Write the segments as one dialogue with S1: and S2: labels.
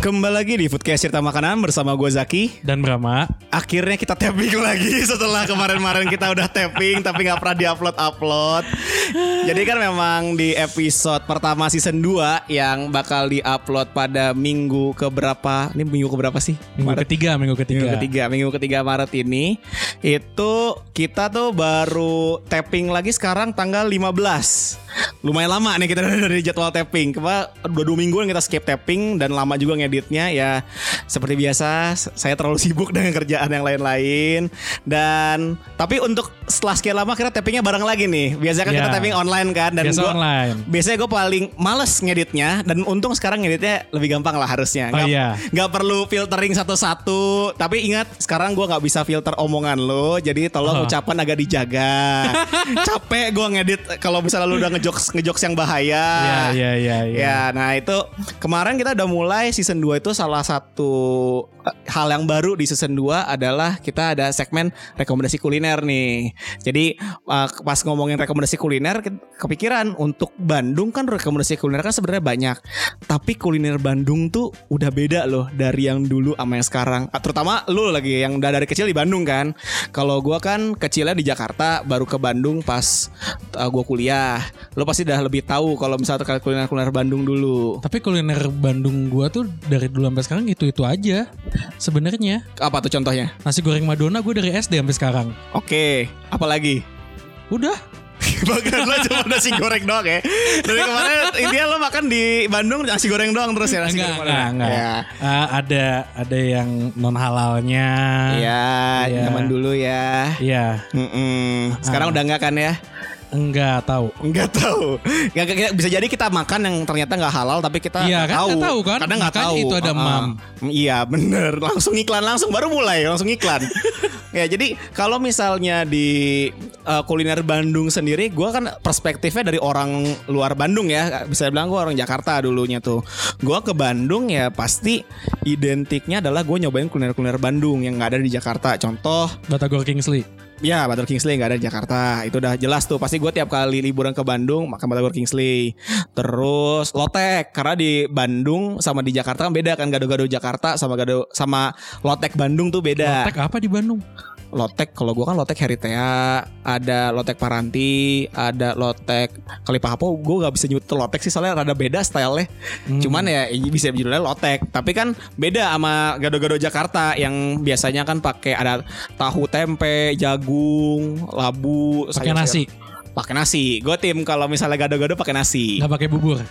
S1: Kembali lagi di Foodcast Cerita Makanan bersama gue Zaki
S2: Dan Brahma,
S1: Akhirnya kita tapping lagi setelah kemarin-kemarin kita udah tapping Tapi nggak pernah di-upload-upload Jadi kan memang di episode pertama season 2 Yang bakal di-upload pada minggu keberapa Ini minggu keberapa sih?
S2: minggu
S1: Maret.
S2: ketiga, minggu ketiga.
S1: Minggu ketiga, minggu ketiga Maret ini Itu kita tuh baru tapping lagi sekarang tanggal 15 Lumayan lama nih kita dari jadwal tapping Kemarin dua, dua mingguan kita skip tapping dan lama juga ngeditnya Ya seperti biasa s- saya terlalu sibuk dengan kerjaan yang lain-lain Dan tapi untuk setelah sekian lama kita tappingnya bareng lagi nih Biasanya kan
S2: Ya.
S1: kita tapping online kan dan
S2: Biasa
S1: gua-
S2: online.
S1: Biasanya gue paling males ngeditnya Dan untung sekarang ngeditnya lebih gampang lah harusnya
S2: Oh,
S1: Nggak-
S2: iya.
S1: nggak perlu filtering satu-satu tapi ingat sekarang gua nggak bisa filter omongan lo jadi tolong
S2: Oh.
S1: ucapan agak dijaga capek gua ngedit kalau misalnya lo udah ngejokes ngejokes yang bahaya
S2: Ya,
S3: Iya,
S2: ya, ya, ya.
S1: Ya, nah itu kemarin kita udah mulai season 2 itu salah satu eh, hal yang baru di season 2 adalah kita ada segmen rekomendasi kuliner nih. Jadi eh, pas ngomongin rekomendasi kuliner ke- kepikiran untuk Bandung kan rekomendasi kuliner kan sebenarnya banyak. Tapi kuliner Bandung tuh udah beda loh dari yang dulu sama yang sekarang. Ah, Terutama lu lagi yang udah dari kecil di Bandung kan. Kalau gua kan kecilnya di Jakarta baru ke Bandung pas eh, gua kuliah. Lu pasti udah lebih tahu kalau misalnya terkait kuliner-kuliner Bandung dulu.
S2: Tapi kuliner Bandung gua tuh dari dulu sampai sekarang itu-itu aja. Sebenarnya
S1: Apa tuh contohnya?
S2: nasi goreng Madonna gue dari SD sampai sekarang.
S1: Oke, apalagi?
S2: Udah.
S1: Bahkan lo cuma nasi goreng doang ya. Dari kemarin intinya lo makan di Bandung nasi goreng doang terus ya nasi
S2: enggak,
S1: goreng.
S2: enggak,
S1: Padang.
S2: enggak.
S1: Ya.
S2: Ah, ada ada yang non halalnya.
S1: Iya,
S2: Iya. Ah.
S1: zaman dulu ya.
S2: Iya,
S1: Mm-mm. Sekarang udah enggak kan ya?
S2: enggak tahu.
S1: Enggak tahu. Nggak- nggak- bisa jadi kita makan yang ternyata nggak halal tapi kita
S2: Iya,
S1: nggak
S2: kan
S1: tahu.
S2: nggak tahu kan?
S1: Karena nggak
S2: Makanya
S1: tahu.
S2: itu ada
S1: Uh-uh.
S2: mam.
S1: Iya, bener. Langsung iklan langsung baru mulai langsung iklan. ya, jadi kalau misalnya di uh, kuliner Bandung sendiri gua kan perspektifnya dari orang luar Bandung ya. Bisa bilang gua orang Jakarta dulunya tuh. Gua ke Bandung ya pasti identiknya adalah gue nyobain kuliner-kuliner Bandung yang nggak ada di Jakarta. Contoh
S2: Batagor Kingsley.
S1: Ya, Batagor Kingsley nggak ada di Jakarta. Itu udah jelas tuh. Pasti gue tiap kali liburan ke Bandung makan Batagor Kingsley. Terus lotek karena di Bandung sama di Jakarta kan beda kan gado-gado Jakarta sama gado sama lotek Bandung tuh beda.
S2: Lotek apa di Bandung?
S1: Lotek kalau gue kan lotek Heritea, ada lotek Paranti, ada lotek Kalipahapo. Gue nggak bisa nyebut itu lotek sih soalnya rada beda stylenya.
S2: Hmm.
S1: Cuman ya bisa judulnya lotek, tapi kan beda sama gado-gado Jakarta yang biasanya kan pakai ada tahu tempe, jagung, labu,
S2: pakai
S1: sayur-sayur.
S2: nasi,
S1: Pakai nasi. Gue tim kalau misalnya gado-gado pakai nasi.
S2: nggak pakai bubur.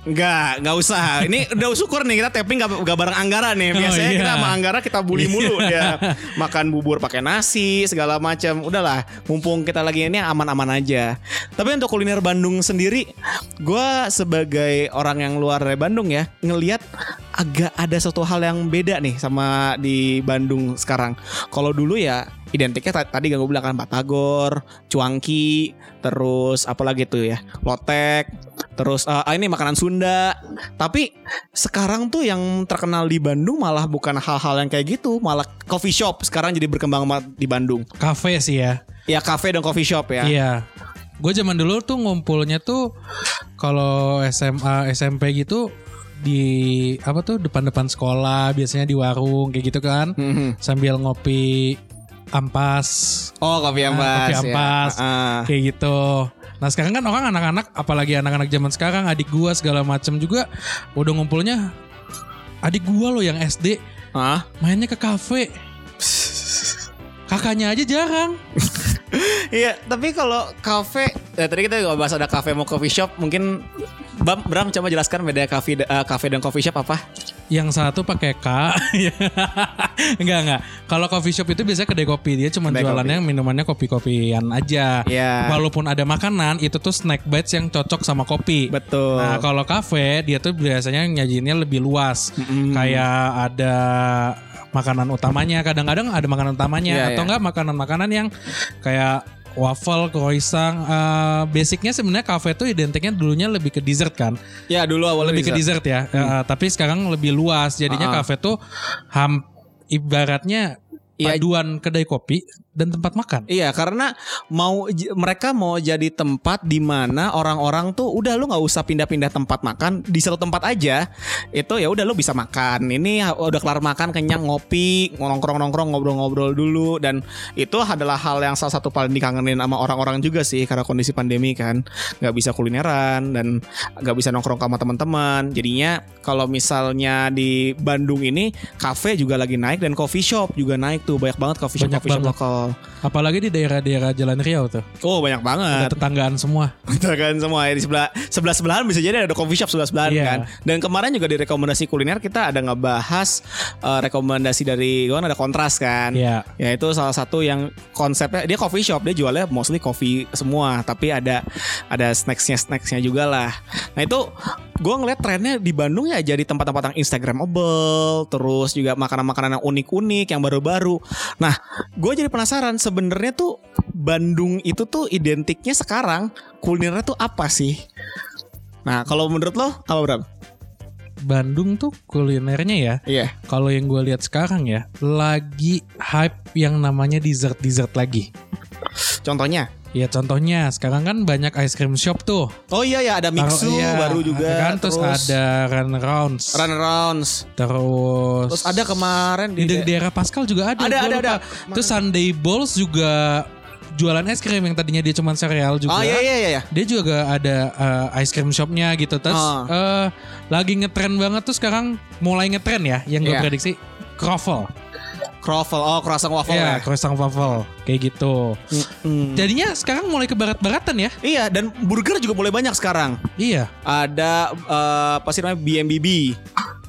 S1: Enggak, enggak usah. Ini udah syukur nih kita tapping enggak enggak bareng Anggara nih. Biasanya
S2: Oh, iya.
S1: kita sama Anggara kita bully mulu dia. Makan bubur pakai nasi segala macam. Udahlah, mumpung kita lagi ini aman-aman aja. Tapi untuk kuliner Bandung sendiri, gua sebagai orang yang luar dari Bandung ya, ngelihat agak ada satu hal yang beda nih sama di Bandung sekarang. Kalau dulu ya identiknya ta- tadi gak gue bilang kan Batagor, Cuangki, terus apalagi tuh ya, Lotek, terus eh, ah, ini makanan Sunda. Tapi sekarang tuh yang terkenal di Bandung malah bukan hal-hal yang kayak gitu, malah coffee shop sekarang jadi berkembang banget di Bandung.
S2: Kafe sih ya.
S1: Ya kafe dan coffee shop ya.
S2: Iya. Gue zaman dulu tuh ngumpulnya tuh kalau SMA SMP gitu di apa tuh depan-depan sekolah biasanya di warung kayak gitu kan
S1: Mhm.
S2: sambil ngopi ampas
S1: Oh,
S2: Ah,
S1: kopi
S2: kopi
S1: ampas. ya.
S2: ampas.
S1: Ah.
S2: kayak gitu. Nah sekarang kan orang anak-anak apalagi anak-anak zaman sekarang adik gua segala macem juga udah ngumpulnya adik gua loh yang SD
S1: Hah?
S2: mainnya ke kafe. Kakaknya aja jarang.
S1: Iya, tapi kalau kafe eh, tadi kita nggak bahas ada kafe mau coffee shop. Mungkin Bam, Bram coba jelaskan beda kafe eh, kafe dan coffee shop apa?
S3: Yang satu pakai K. enggak enggak. Kalau coffee shop itu biasanya kedai kopi, dia cuma
S1: Kedai
S3: jualannya minumannya kopi-kopian aja.
S1: Iya.
S3: Walaupun ada makanan, itu tuh snack bites yang cocok sama kopi.
S1: Betul.
S3: Nah, kalau kafe dia tuh biasanya nyajiinnya lebih luas. Kayak ada makanan utamanya, kadang-kadang ada makanan utamanya
S1: Iya,
S3: atau
S1: iya.
S3: enggak makanan-makanan yang kayak waffle, croissant, eh, basicnya sebenarnya kafe tuh identiknya dulunya lebih ke dessert kan.
S1: ya dulu
S2: Oh,
S1: awal
S3: lebih ke dessert ya. Eh, eh, tapi sekarang lebih luas. Jadinya
S1: Iya. Ah, ah.
S3: kafe tuh ham ibaratnya
S1: Iya.
S3: paduan kedai kopi dan tempat makan.
S1: Iya, karena mau j- mereka mau jadi tempat di mana orang-orang tuh udah lu nggak usah pindah-pindah tempat makan di satu tempat aja. Itu ya udah lu bisa makan. Ini ha- udah kelar makan kenyang ngopi, nongkrong-nongkrong ngobrol-ngobrol dulu dan itu adalah hal yang salah satu paling dikangenin sama orang-orang juga sih karena kondisi pandemi kan nggak bisa kulineran dan nggak bisa nongkrong sama teman-teman. Jadinya kalau misalnya di Bandung ini kafe juga lagi naik dan coffee shop juga naik tuh banyak banget coffee shop
S3: Banyak
S1: coffee shop
S3: banget.
S1: lokal.
S3: Apalagi di daerah-daerah Jalan Riau tuh.
S1: Oh banyak
S3: Ada
S1: banget
S3: tetanggaan semua.
S1: Betul kan semua ya, di sebelah sebelah sebelahan bisa jadi ada coffee shop sebelah sebelahan
S3: Iya.
S1: kan. Dan kemarin juga di rekomendasi kuliner kita ada ngebahas eh, rekomendasi dari kan ada kontras kan.
S3: Iya.
S1: Ya itu salah satu yang konsepnya dia coffee shop dia jualnya mostly coffee semua tapi ada ada snacksnya snacksnya juga lah. Nah itu gue ngeliat trennya di Bandung ya jadi tempat-tempat yang instagramable terus juga makanan-makanan yang unik-unik yang baru-baru. Nah gue jadi penasaran sebenarnya tuh Bandung itu tuh identiknya sekarang kulinernya tuh apa sih? Nah kalau menurut lo apa Bram?
S3: Bandung tuh kulinernya ya.
S1: Iya.
S3: Kalau yang gue lihat sekarang ya, lagi hype yang namanya dessert dessert lagi.
S1: Contohnya?
S3: Ya contohnya sekarang kan banyak ice cream shop tuh.
S1: Oh iya ya ada
S3: Taruh-
S1: Mixu
S3: iya,
S1: baru juga.
S3: Kan terus, ada run rounds.
S1: Run Rounds.
S3: Terus
S1: Terus ada kemarin
S3: di
S1: di,
S3: da- daerah Pascal juga ada.
S1: Ada,
S3: gua
S1: ada,
S3: lupa.
S1: ada.
S3: Terus Sunday Bowls juga jualan es krim yang tadinya dia cuma sereal juga.
S1: Oh iya iya iya iya.
S3: Dia juga ada eh, ice cream shopnya gitu. Terus
S1: Ah.
S3: eh, lagi ngetren banget tuh sekarang mulai ngetren ya yang gue
S1: Iya.
S3: prediksi croffle.
S1: Croffle. Oh, croissant waffle
S3: ya,
S1: ya.
S3: croissant waffle kayak gitu.
S1: Hmm.
S3: Jadinya sekarang mulai ke barat-baratan ya.
S1: Iya, dan burger juga mulai banyak sekarang.
S3: Iya.
S1: Ada eh, apa sih namanya BMBB.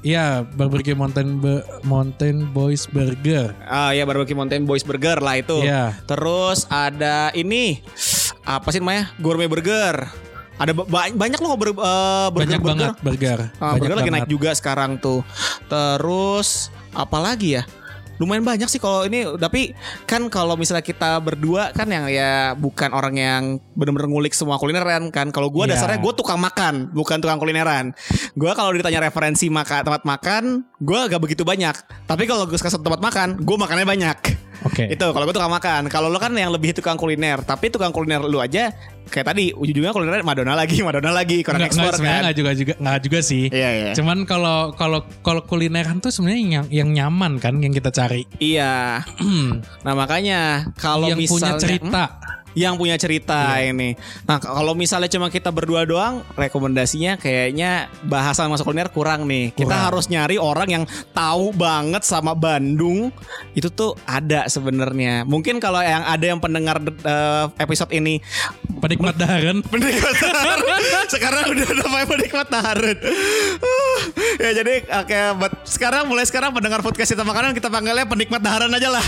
S3: Iya, Barbecue Mountain Be- Mountain Boys Burger.
S1: Ah ya Barbecue Mountain Boys Burger lah itu.
S3: Iya.
S1: Terus ada ini apa sih namanya? Gourmet burger. Ada ba- ba- banyak loh eh, burger burger.
S3: Banyak banget burger.
S1: Ah,
S3: Banyak
S1: burger lagi
S3: banget.
S1: naik juga sekarang tuh. Terus apa lagi ya? Lumayan banyak sih kalau ini tapi kan kalau misalnya kita berdua kan yang ya bukan orang yang bener-bener ngulik semua kulineran kan. Kalau gua
S3: Iya.
S1: dasarnya gue tukang makan, bukan tukang kulineran. Gua kalau ditanya referensi maka tempat makan, gua agak begitu banyak. Tapi kalau gue ke satu tempat makan, gue makannya banyak.
S3: Oke.
S1: Itu kalau gue tukang makan. Kalau lo kan yang lebih tukang kuliner, tapi tukang kuliner lu aja kayak tadi ujung-ujungnya kuliner Madonna lagi, Madonna lagi, kurang
S3: Nggak- nggak,
S1: ekspor
S3: sebenarnya
S1: kan.
S3: nggak juga juga nggak juga sih.
S1: Iya, iya.
S3: Cuman kalau kalau kalau kulineran tuh sebenarnya yang yang nyaman kan yang kita cari.
S1: Iya. nah makanya kalau
S3: yang
S1: misalnya
S3: punya cerita. Iya.
S1: Hmm? yang punya cerita ini. Nah k- kalau misalnya cuma kita berdua doang, rekomendasinya kayaknya bahasan masuk kuliner kurang nih. Kita
S3: Kurang.
S1: harus nyari orang yang tahu banget sama Bandung. Itu tuh ada sebenarnya. Mungkin kalau yang ada yang pendengar eh, episode ini
S3: Penikmat daharen.
S1: penikmat Taharut. sekarang udah namanya penikmat Taharut. ya jadi oke buat sekarang mulai sekarang pendengar podcast kita makanan kita panggilnya penikmat Taharut aja lah.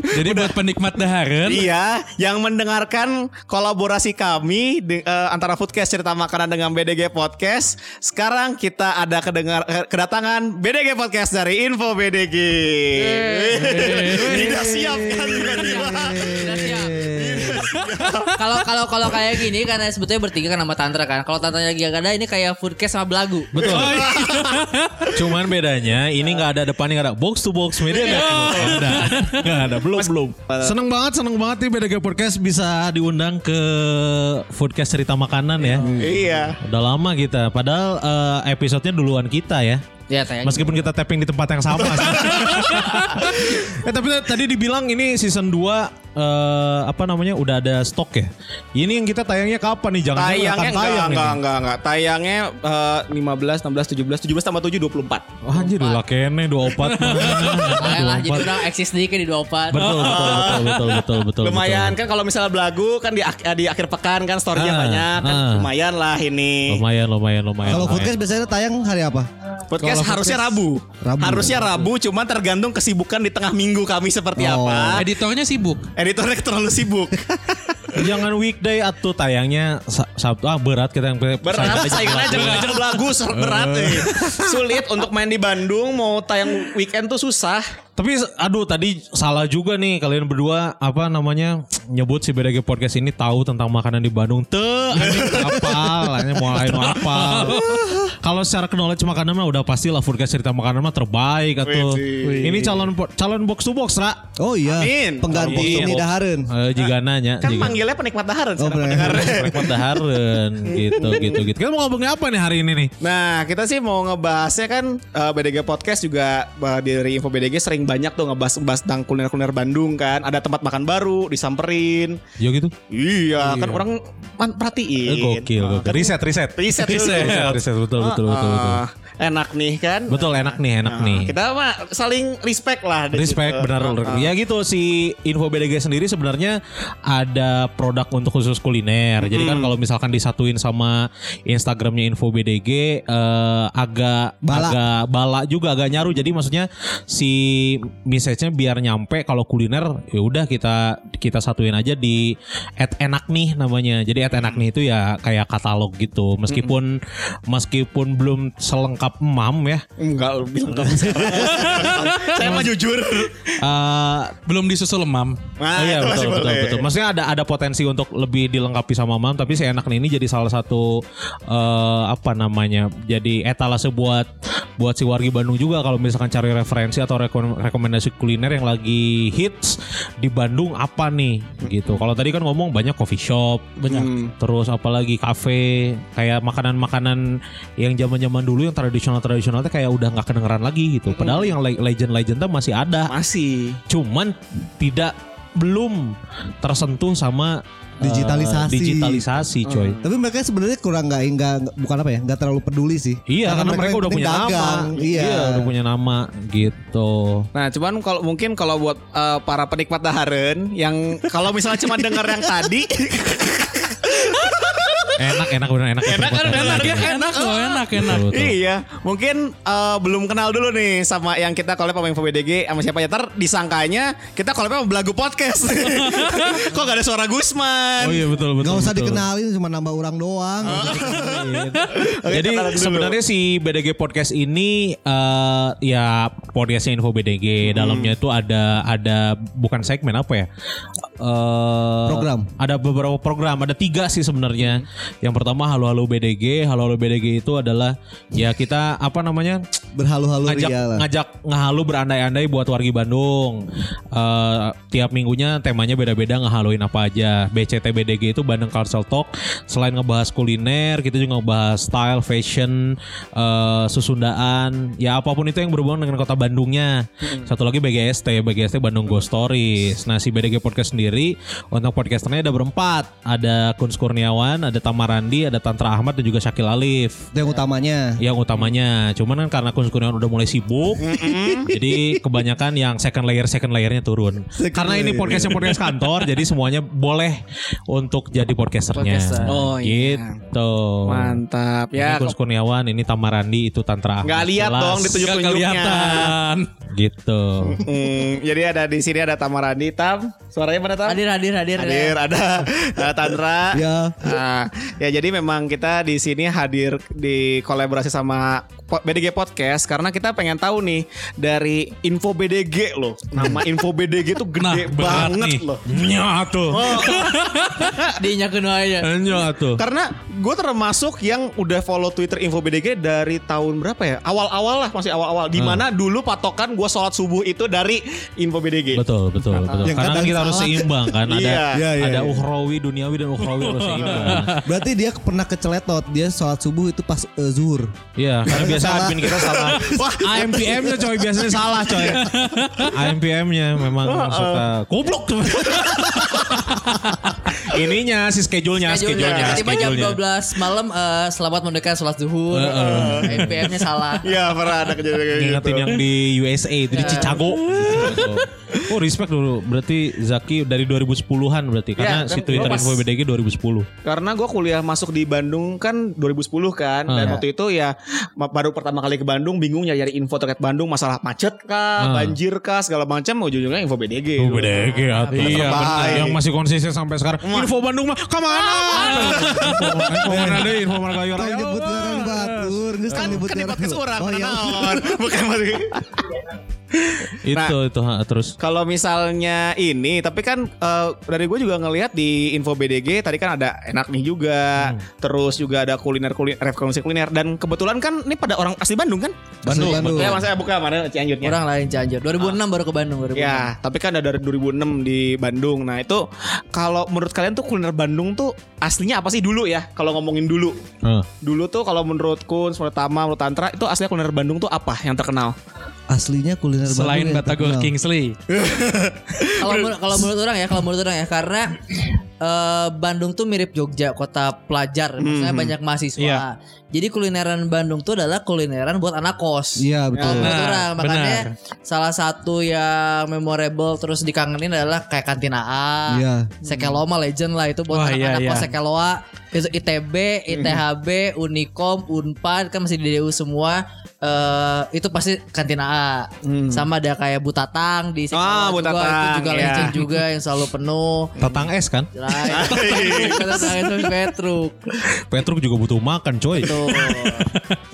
S3: Jadi buat penikmat
S4: Kan?
S3: daharen
S1: Iya, yang mendengarkan kolaborasi kami de- eh, antara Foodcast Cerita Makanan dengan BDG Podcast. Sekarang kita ada kedengar eh, kedatangan BDG Podcast dari Info BDG.
S4: Eh.
S1: Tidak siap kan tiba-tiba. Iya.
S5: Kalau kalau kalau kayak gini karena sebetulnya bertiga kan sama Tantra kan. Kalau Tantra lagi gak ada ini kayak foodcast sama belagu.
S4: Betul.
S3: Oh, iya.
S4: Cuman bedanya ini nggak ada depannya nggak ada box to box media
S3: Iya.
S4: nggak Nggak ada. Nggak ada belum belum. Seneng banget seneng banget nih BDG Podcast bisa diundang ke podcast cerita makanan ya.
S1: Iya.
S4: Udah lama kita. Padahal eh, episodenya duluan kita ya.
S5: Ya, tayang.
S4: Meskipun
S1: gitu.
S4: kita tapping di tempat yang sama. sih. eh tapi tadi dibilang ini season 2 eh, apa namanya udah ada stok ya. Ini yang kita tayangnya kapan nih? Jangan
S1: Tayangnya
S4: akan
S1: enggak,
S4: tayang
S1: enggak,
S4: ini.
S1: enggak, enggak. Tayangnya eh, 15, 16, 17, 17 tambah 7, 24.
S4: Wah, Oh, anjir udah kene 24.
S5: Makanya lah, jadi
S4: 24.
S5: orang eksis dikit di 24.
S4: Betul, betul, betul, betul, betul, betul.
S1: lumayan kan kalau misalnya belagu kan di, ak- di akhir pekan kan story-nya
S4: Ah,
S1: banyak kan
S4: ah.
S1: lumayan lah
S4: betul.
S1: ini.
S4: Lumayan, lumayan, lumayan.
S6: Kalau
S4: lumayan.
S6: podcast biasanya tayang hari apa?
S1: Podcast
S6: Kalau
S1: harusnya
S6: podcast,
S1: Rabu.
S6: Rabu.
S1: Harusnya Rabu cuman tergantung kesibukan di tengah minggu kami seperti
S6: Oh.
S1: apa.
S3: Editornya sibuk.
S1: Editornya terlalu sibuk.
S4: Jangan weekday atau tayangnya Sa- Sabtu ah berat kita yang
S1: Berat saingan aja
S4: Berat.
S1: ngajak belagu ser- berat eh. Sulit untuk main di Bandung mau tayang weekend tuh susah.
S4: Tapi aduh tadi salah juga nih kalian berdua apa namanya nyebut si BDG Podcast ini tahu tentang makanan di Bandung. Teh anjing kapal, anjing mau lain mau apa. Kalau secara knowledge makanan mah udah pastilah Foodcast cerita makanan mah terbaik atau ini calon po- calon box to box ra.
S6: Oh iya,
S1: Amin.
S6: pengganti
S4: Amin.
S6: ini Dahareun.
S4: Eh, jika nanya
S1: Kan
S4: jika-
S1: manggilnya penikmat taharan
S6: Oh,
S1: sekarang
S6: bener.
S1: pendengar.
S4: Rekmat Daharen gitu gitu gitu. Kita mau ngomongin apa nih hari ini nih?
S1: Nah, kita sih mau ngebahasnya kan eh, BDG Podcast juga eh, dari Info BDG sering banyak tuh ngebahas-bahas tentang kuliner-kuliner Bandung kan. Ada tempat makan baru, disamperin.
S4: Yo gitu.
S1: Iya, kan orang man,
S4: Eh,
S1: perhatiin.
S4: gokil,
S1: Ah,
S4: gokil.
S1: kan
S4: Riset, riset.
S1: Riset, riset.
S4: riset, riset. Betul, betul,
S1: Ah,
S4: betul, betul.
S1: ah, Enak nih kan.
S4: Betul, enak nih, enak
S1: Nah,
S4: nih.
S1: Kita mah saling respect lah. di
S4: Respect
S1: situ.
S4: benar.
S1: Ah, ah.
S4: Ya gitu si Info BDG sendiri sebenarnya ada produk untuk khusus kuliner. Jadi
S1: Hmm.
S4: kan kalau misalkan disatuin sama Instagramnya Info BDG eh, agak
S6: Bala.
S4: agak bala juga agak nyaru. Jadi maksudnya si message-nya biar nyampe kalau kuliner ya udah kita kita satuin aja di at enak nih namanya. Jadi at
S1: Hmm.
S4: enak nih itu ya kayak katalog gitu. Meskipun meskipun belum selengkap emam ya.
S1: Enggak bilang kamu sekarang. Saya mah jujur.
S4: eh,
S3: Belum disusul lemam.
S1: Nah,
S4: Oh iya
S1: itu masih
S4: betul betul
S1: boleh.
S4: betul. Maksudnya ada ada potensi untuk lebih dilengkapi sama mam, tapi si enaknya ini jadi salah satu eh, apa namanya? Jadi etalase buat buat si wargi Bandung juga kalau misalkan cari referensi atau rekom- rekomendasi kuliner yang lagi hits di Bandung apa nih gitu. Kalau tadi kan ngomong banyak coffee shop, banyak. Terus apalagi kafe, kayak makanan-makanan yang zaman-zaman dulu yang tradisional-tradisionalnya kayak udah nggak kedengeran lagi gitu. Padahal yang le- legend-legendnya masih ada
S1: Masih.
S4: cuman tidak belum tersentuh sama eh,
S6: Digitalisasi. Hmm.
S4: digitalisasi coy.
S6: Tapi mereka sebenarnya kurang nggak nggak bukan apa ya nggak terlalu peduli sih.
S4: Iya karena, mereka,
S6: yang
S4: udah
S6: penting
S4: punya
S6: dagang.
S4: nama.
S6: Iya.
S4: udah punya nama gitu.
S1: Nah, cuman kalau mungkin kalau buat eh, para penikmat daharen yang kalau misalnya cuma dengar yang tadi,
S4: Enak enak benar
S1: enak
S4: enak.
S1: kan
S4: Betul,
S1: dengar
S4: betul,
S1: ya
S3: Enak loh, enak, enak.
S4: betul, betul.
S1: Iya, mungkin eh, belum kenal dulu nih sama yang kita collab sama Info BDG sama siapa ya. Ntar disangkanya kita collab sama Belagu Podcast. Kok gak ada suara Gusman?
S4: Oh iya betul betul.
S6: Nggak usah
S4: betul. Iya.
S6: dikenalin cuma nambah orang doang.
S1: Oke,
S4: Jadi
S1: kita tarik dulu.
S4: sebenarnya si BDG podcast ini eh, ya podcastnya info BDG
S1: Hmm.
S4: dalamnya itu ada ada bukan segmen apa ya? Eh,
S6: Program.
S4: Ada beberapa program, ada tiga sih sebenarnya. Yang pertama halo halo BDG, halo halo BDG itu adalah ya kita apa namanya?
S6: Berhalu-halu
S4: ngajak
S1: iya
S6: ria lah.
S4: ngajak ngehalu berandai-andai buat wargi Bandung. Eh, tiap minggunya temanya beda-beda ngehaluin apa aja. BCTBDG itu Bandung Cultural Talk. Selain ngebahas kuliner, kita juga ngebahas style, fashion, eh, susundaan, ya apapun itu yang berhubungan dengan kota Bandungnya.
S1: Hmm.
S4: Satu lagi BGST, BGST Bandung Ghost Stories. Nah, si BDG Podcast sendiri untuk podcasternya ada berempat. Ada Kun Kurniawan, ada Tamarandi, ada Tantra Ahmad dan juga Syakil Alif
S6: Itu yang utamanya.
S4: yang utamanya cuman kan karena Kunz Kurniawan udah mulai sibuk jadi kebanyakan yang second layer second layernya turun
S6: Second
S4: karena ini
S6: layer.
S4: podcastnya podcast kantor jadi semuanya boleh untuk jadi podcasternya
S5: Podcaster.
S1: Oh, iya.
S4: gitu
S1: Mantap
S4: ya,
S1: ya.
S4: ini Kunz Kurniawan ini Tamarandi itu Tantra
S1: Nggak
S4: Ahmad,
S1: lihat
S4: jelas.
S1: dong
S3: Gak
S1: ditunjuk-tunjuknya.
S3: kelihatan.
S4: gitu
S1: Hmm, jadi ada di sini ada Tamarandi, Tam. Suaranya mana Tam?
S5: Oh, Hadir, hadir, hadir. ya.
S1: Hadir, ada eh, Tantra.
S6: Ya.
S1: Nah, ya jadi memang kita di sini hadir di kolaborasi sama Po- BDG Podcast karena kita pengen tahu nih dari info BDG loh. Nama info BDG tuh
S3: Nah,
S1: gede
S3: berat
S1: banget
S3: nih.
S1: loh. Oh.
S4: nyatu
S5: Ah, Dinyakin aja.
S4: Nah, Kan nyatu
S1: Karena gue termasuk yang udah follow Twitter info BDG dari tahun berapa ya? Awal-awal lah masih awal-awal.
S3: Ah.
S1: Dimana dulu patokan gue sholat subuh itu dari info BDG.
S4: betul betul betul
S6: Yang
S4: karena
S6: kadang
S4: kita harus
S6: salah.
S4: seimbang kan ada
S1: Iya.
S6: Iya, iya,
S4: ada
S6: iya.
S4: ukhrawi duniawi dan ukhrawi harus seimbang
S6: Berarti dia pernah keceletot. Dia sholat subuh itu pas eh, zuhur.
S4: Iya, karena biasa admin kita salah.
S3: AMPM-nya coy biasanya salah coy.
S4: AMPM-nya memang suka goblok tuh. Ininya si schedule-nya, schedule-nya,
S5: Tiba-tiba jam
S4: schedule-nya.
S5: 12 malam eh, selamat mendekati sholat zuhur. Eh, NPM-nya salah.
S1: Iya pernah ada kejadian kayak gitu.
S3: ya,
S4: Ngingetin yang di USA itu di Chicago. Oh respect dulu. Berarti Zaki dari 2010-an berarti
S5: Iya,
S4: karena
S5: kan
S4: si Twitter
S5: gua pas-
S4: info BDG 2010.
S1: Karena gue kuliah masuk di Bandung kan 2010 kan Dan
S4: Hmm.
S1: waktu itu ya ma- Baru pertama kali ke Bandung Bingung nyari info terkait Bandung Masalah macet kah
S4: Hmm.
S1: Banjir kah Segala macam Ujung-ujungnya info BDG
S4: Oh, BDG atau
S1: Iya, bener.
S4: yang masih konsisten sampai sekarang. Info Bandung mah
S1: Ah,
S4: Ah. kemana? info mana deh, info mana kayu
S6: Tong nyebut ngaran batur, geus
S4: Kan-
S6: tong nyebut ngaran. Oh iya.
S1: Bukan maksudnya
S4: Itu itu ha, terus
S1: Kalau misalnya ini, tapi kan eh, dari gue juga ngelihat di info BDG tadi kan ada enak nih juga,
S4: Hmm.
S1: terus juga ada kuliner kuliner referensi kuliner dan kebetulan kan ini pada orang asli Bandung kan?
S6: Bandung, Iya, Bandung.
S1: Ya mas saya buka mana Cianjurnya?
S5: Orang lain Cianjur. 2006 baru ke Bandung. 2006.
S1: Ya, tapi kan ada dari 2006 di Bandung. Nah itu kalau menurut kalian tuh kuliner Bandung tuh aslinya apa sih dulu ya? Kalau ngomongin dulu,
S4: Heeh.
S1: dulu tuh kalau menurut Kun, menurut Tama, menurut Tantra itu aslinya kuliner Bandung tuh apa yang terkenal?
S6: Aslinya kuliner Bandung
S3: Selain
S6: yang
S3: Batagor
S6: terkenal.
S3: Kingsley.
S5: Kalau menur- kalau menurut orang ya, kalau menurut orang ya karena eh, Bandung tuh mirip Jogja, kota pelajar, maksudnya
S1: Mhm.
S5: banyak mahasiswa.
S3: Iya.
S5: Jadi kulineran Bandung tuh adalah kulineran buat anak kos.
S4: Ya,
S6: Iya betul.
S5: Kalau menurut
S3: Nah,
S5: orang, makanya
S3: benar.
S5: salah satu yang memorable terus dikangenin adalah kayak kantin AA,
S6: Iya.
S5: Sekeloma legend lah itu
S3: Wah,
S5: buat
S3: iya,
S5: anak-anak
S3: iya.
S5: kos Sekeloa, itu ITB, ITHB, Unikom, Unpad kan masih di DU semua. eh itu pasti kantin AA.
S4: Hmm.
S5: Sama ada kayak Butatang di
S1: Ah,
S5: Sekeloa
S1: Bu
S5: juga, itu
S1: Tatang,
S5: juga
S1: iya.
S5: legend juga yang selalu penuh.
S4: Tatang es kan?
S5: Nah, itu Tatang itu Petruk.
S4: Petruk juga butuh makan, coy.
S5: Tuh.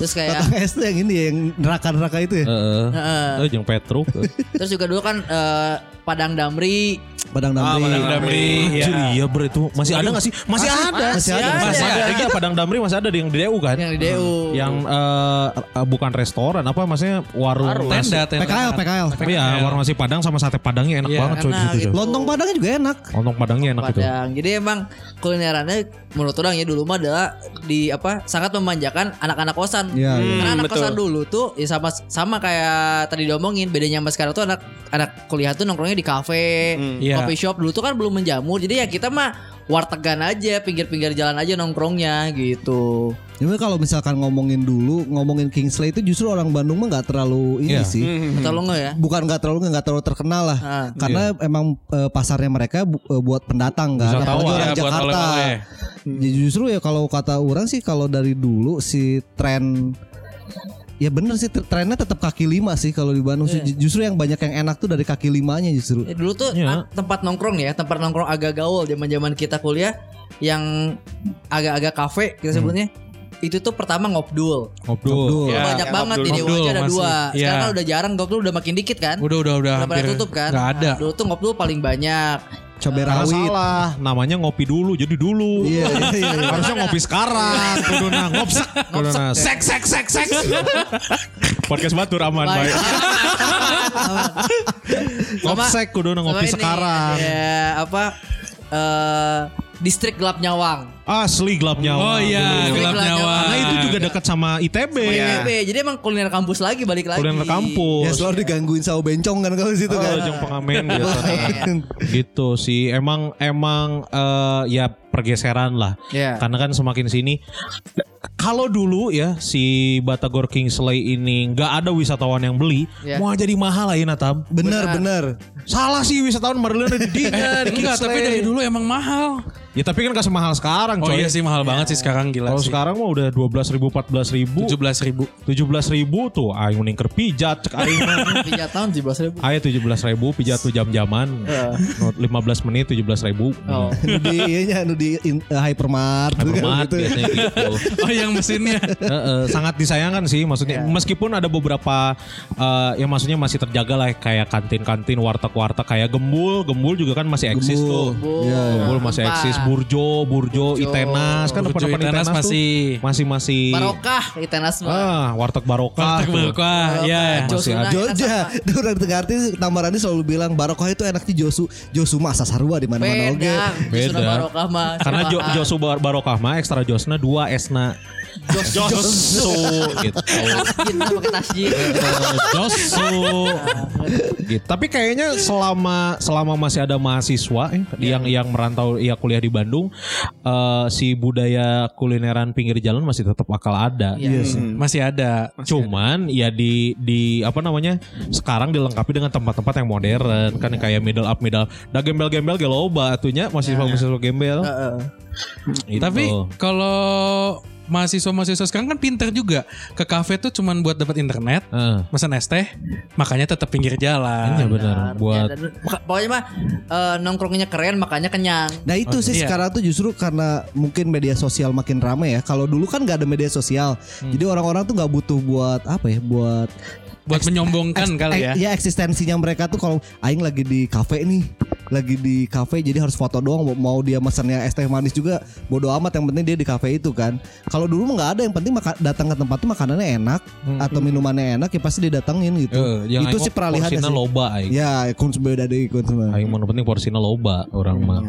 S5: Terus kayak
S6: Batang es tuh yang ini ya, yang neraka-neraka itu ya.
S4: Heeh.
S5: Heeh.
S4: Eh, jeung Petruk.
S5: terus juga dulu kan eh, Padang Damri
S6: Padang
S4: Ah,
S6: Damri.
S3: Padang Damri.
S4: Anjir, iya bro itu masih ada nggak sih? Masih, ada.
S5: masih ada.
S4: Masih
S5: Masih
S4: ada. Iya, Padang Damri masih ada di yang di DU kan?
S5: yang di DU.
S4: Yang eh, eh, bukan restoran apa maksudnya warung nasi.
S3: Tenda, tenda.
S6: PKL, PKL.
S4: Tapi ya warung nasi Padang sama sate Padangnya enak
S3: Iya,
S4: banget coy di
S5: enak
S4: situ, coy.
S5: gitu.
S6: Lontong Padangnya juga enak.
S4: Lontong Padangnya enak gitu.
S5: Padang. Jadi emang kulinerannya menurut orang ya dulu mah adalah di apa sangat memanjakan anak-anak kosan.
S6: Iya, iya.
S5: Karena
S1: Hmm,
S5: anak
S1: betul.
S5: kosan dulu tuh ya sama sama kayak tadi diomongin bedanya sama sekarang tuh anak anak kuliah tuh nongkrongnya di kafe,
S3: Iya.
S5: coffee shop dulu tuh kan belum menjamur. Jadi ya kita mah wartegan aja, pinggir-pinggir jalan aja nongkrongnya gitu.
S6: Cuma kalau misalkan ngomongin dulu, ngomongin Kingsley itu justru orang Bandung mah nggak terlalu ini
S4: Iya.
S6: sih.
S1: Hmm.
S5: Betul lo nggak ya?
S4: Hmm.
S6: Bukan nggak terlalu nggak terlalu terkenal lah.
S5: Ah.
S6: Karena emang eh, pasarnya mereka bu- eh, buat pendatang kan,
S4: Wisatawan.
S6: apalagi
S4: Iya,
S6: orang
S3: buat
S6: Jakarta.
S3: oleh-oleh.
S6: Ya, justru ya kalau kata orang sih kalau dari dulu si tren Ya bener sih tr- trennya tetap kaki lima sih kalau di Bandung sih. Ju- Justru yang banyak yang enak tuh dari kaki limanya justru.
S5: Ya, dulu tuh
S4: Iya.
S5: ah, tempat nongkrong ya, tempat nongkrong agak gaul zaman-zaman kita kuliah yang agak-agak kafe
S4: Hmm.
S5: kita sebutnya. Itu tuh pertama ngobdul.
S4: Ngobrol.
S6: Betul.
S3: Ya.
S5: banyak banget di
S3: Ngobdul
S5: Dewa aja ada
S3: masih.
S5: dua. Sekarang
S3: Iya.
S5: kan udah jarang Gopdul udah makin dikit kan.
S3: Udah udah udah.
S5: udah pada
S3: hampir
S5: tutup kan.
S3: Nggak ada.
S5: Nah, dulu tuh Gopdul paling banyak.
S6: Cabai
S4: Karena
S6: rawit.
S4: salah, namanya ngopi dulu jadi dulu.
S6: Iya, iya, iya, iya.
S4: Harusnya ngopi sekarang. Kuduna ngopsek. Kuduna sek sek sek sek. Podcast batur aman Kan baik. Ngopsek kuduna ngopi sekarang.
S5: Ya apa eh, distrik gelap nyawang.
S4: Asli gelap
S3: Oh
S4: nyawa.
S3: iya,
S5: Dulu.
S3: gelap nyawa.
S5: Gelap
S3: Nah,
S5: nyawa.
S4: Karena Nah, itu juga dekat sama ITB.
S1: Iya.
S5: ITB. Eh, Jadi emang kuliner kampus lagi balik lagi.
S4: Kuliner kampus.
S6: Ya selalu digangguin sama bencong kan kalau di situ
S4: Oh,
S6: kan.
S4: jeng pengamen gitu.
S6: Pengamen.
S4: gitu sih. Emang emang eh, ya pergeseran lah.
S5: Iya.
S4: Karena kan semakin sini kalau dulu ya si Batagor Kingsley ini nggak ada wisatawan yang beli,
S5: Iya.
S4: mau jadi mahal aja Natam.
S6: Bener bener.
S4: Salah sih wisatawan Marlena di
S3: Eh,
S4: dinner.
S3: Enggak, tapi dari dulu emang mahal.
S4: Ya tapi kan gak semahal sekarang
S3: Oh
S4: coy.
S3: iya sih mahal banget sih sekarang gila
S4: Kalau
S3: sih.
S4: sekarang mah udah 12 ribu, 14 ribu,
S3: 17 ribu.
S4: 17 ribu tuh aing mending keur pijat cek aing mah.
S5: Tiga tahun 17 ribu.
S4: Ayo 17 ribu pijat tuh jam-jaman. No, 15 menit 17 ribu.
S5: Oh.
S6: Nu di iyanya nu di in- eh, hypermart.
S4: Bermat
S6: gitu.
S4: biasanya gitu.
S3: Oh yang mesinnya.
S4: Eh, eh, sangat disayangkan sih maksudnya meskipun ada beberapa eh, yang maksudnya masih terjaga lah kayak kantin-kantin warteg-warteg kayak gembul gembul juga kan masih eksis tuh
S6: Gembul. Iya, iya.
S4: gembul masih
S5: Empat.
S4: eksis burjo
S5: Burjo.
S4: burjo, itenas kan
S3: Burjo,
S4: depan-depan
S3: Itenas
S4: tuh
S3: masih.
S4: masih masih
S5: Barokah Itenas mah.
S4: ah warteg barokah
S3: Warteg
S4: tuh.
S3: Barokah, ya.
S4: Ah, iya. Masih ada.
S6: Jogja, dia orang dengar arti Tamarani selalu bilang barokah itu enaknya Josu, Josu mah asas harua di mana-mana oge.
S5: Beda. Beda.
S4: Beda.
S5: Barokah mah.
S4: karena jo,
S5: Josua.
S4: josu bar- barokah mah ekstra josna dua esna
S5: Jos Jos
S4: Josu gitu.
S5: gitu pakai tasjid.
S4: Eh, Josu gitu. Tapi kayaknya selama selama masih ada mahasiswa eh, yang yang merantau ya kuliah di Bandung eh, si budaya kulineran pinggir jalan masih tetap akal ada.
S5: Iya.
S3: Masih ada.
S4: Cuman ya di di apa namanya sekarang dilengkapi dengan tempat-tempat yang modern kan kayak middle up middle dah gembel-gembel geloba atunya masih mahasiswa gembel. Gitu.
S3: Tapi kalau mahasiswa-mahasiswa sekarang kan pinter juga. Ke kafe tuh cuman buat dapat internet,
S4: Eh,
S3: pesan es teh, makanya tetap pinggir
S4: iya
S3: jalan.
S4: benar buat
S5: Ya, dan- maka- pokoknya mah eh, nongkrongnya keren makanya kenyang.
S6: Nah itu sih
S3: Iya.
S6: sekarang tuh justru karena mungkin media sosial makin ramai ya. Kalau dulu kan nggak ada media sosial, jadi orang-orang tuh nggak butuh buat apa ya, buat
S3: Buat menyombongkan kali ya.
S6: Eh, ya eksistensinya mereka tuh kalau aing lagi di kafe nih, lagi di kafe jadi harus foto doang mau- mau dia mesennya es teh manis juga bodo amat yang penting dia di kafe itu kan. Kalau dulu mah nggak ada yang penting maka- datang ke tempat tuh makanannya enak atau minumannya enak ya pasti didatengin gitu.
S4: Eh, yang aing
S6: itu sih
S4: mah
S6: peralihannya
S4: porsina
S6: sih.
S4: loba aing.
S6: Ya, konsum beda deh konsum.
S4: Aing mah nu penting porsinya loba orang mah.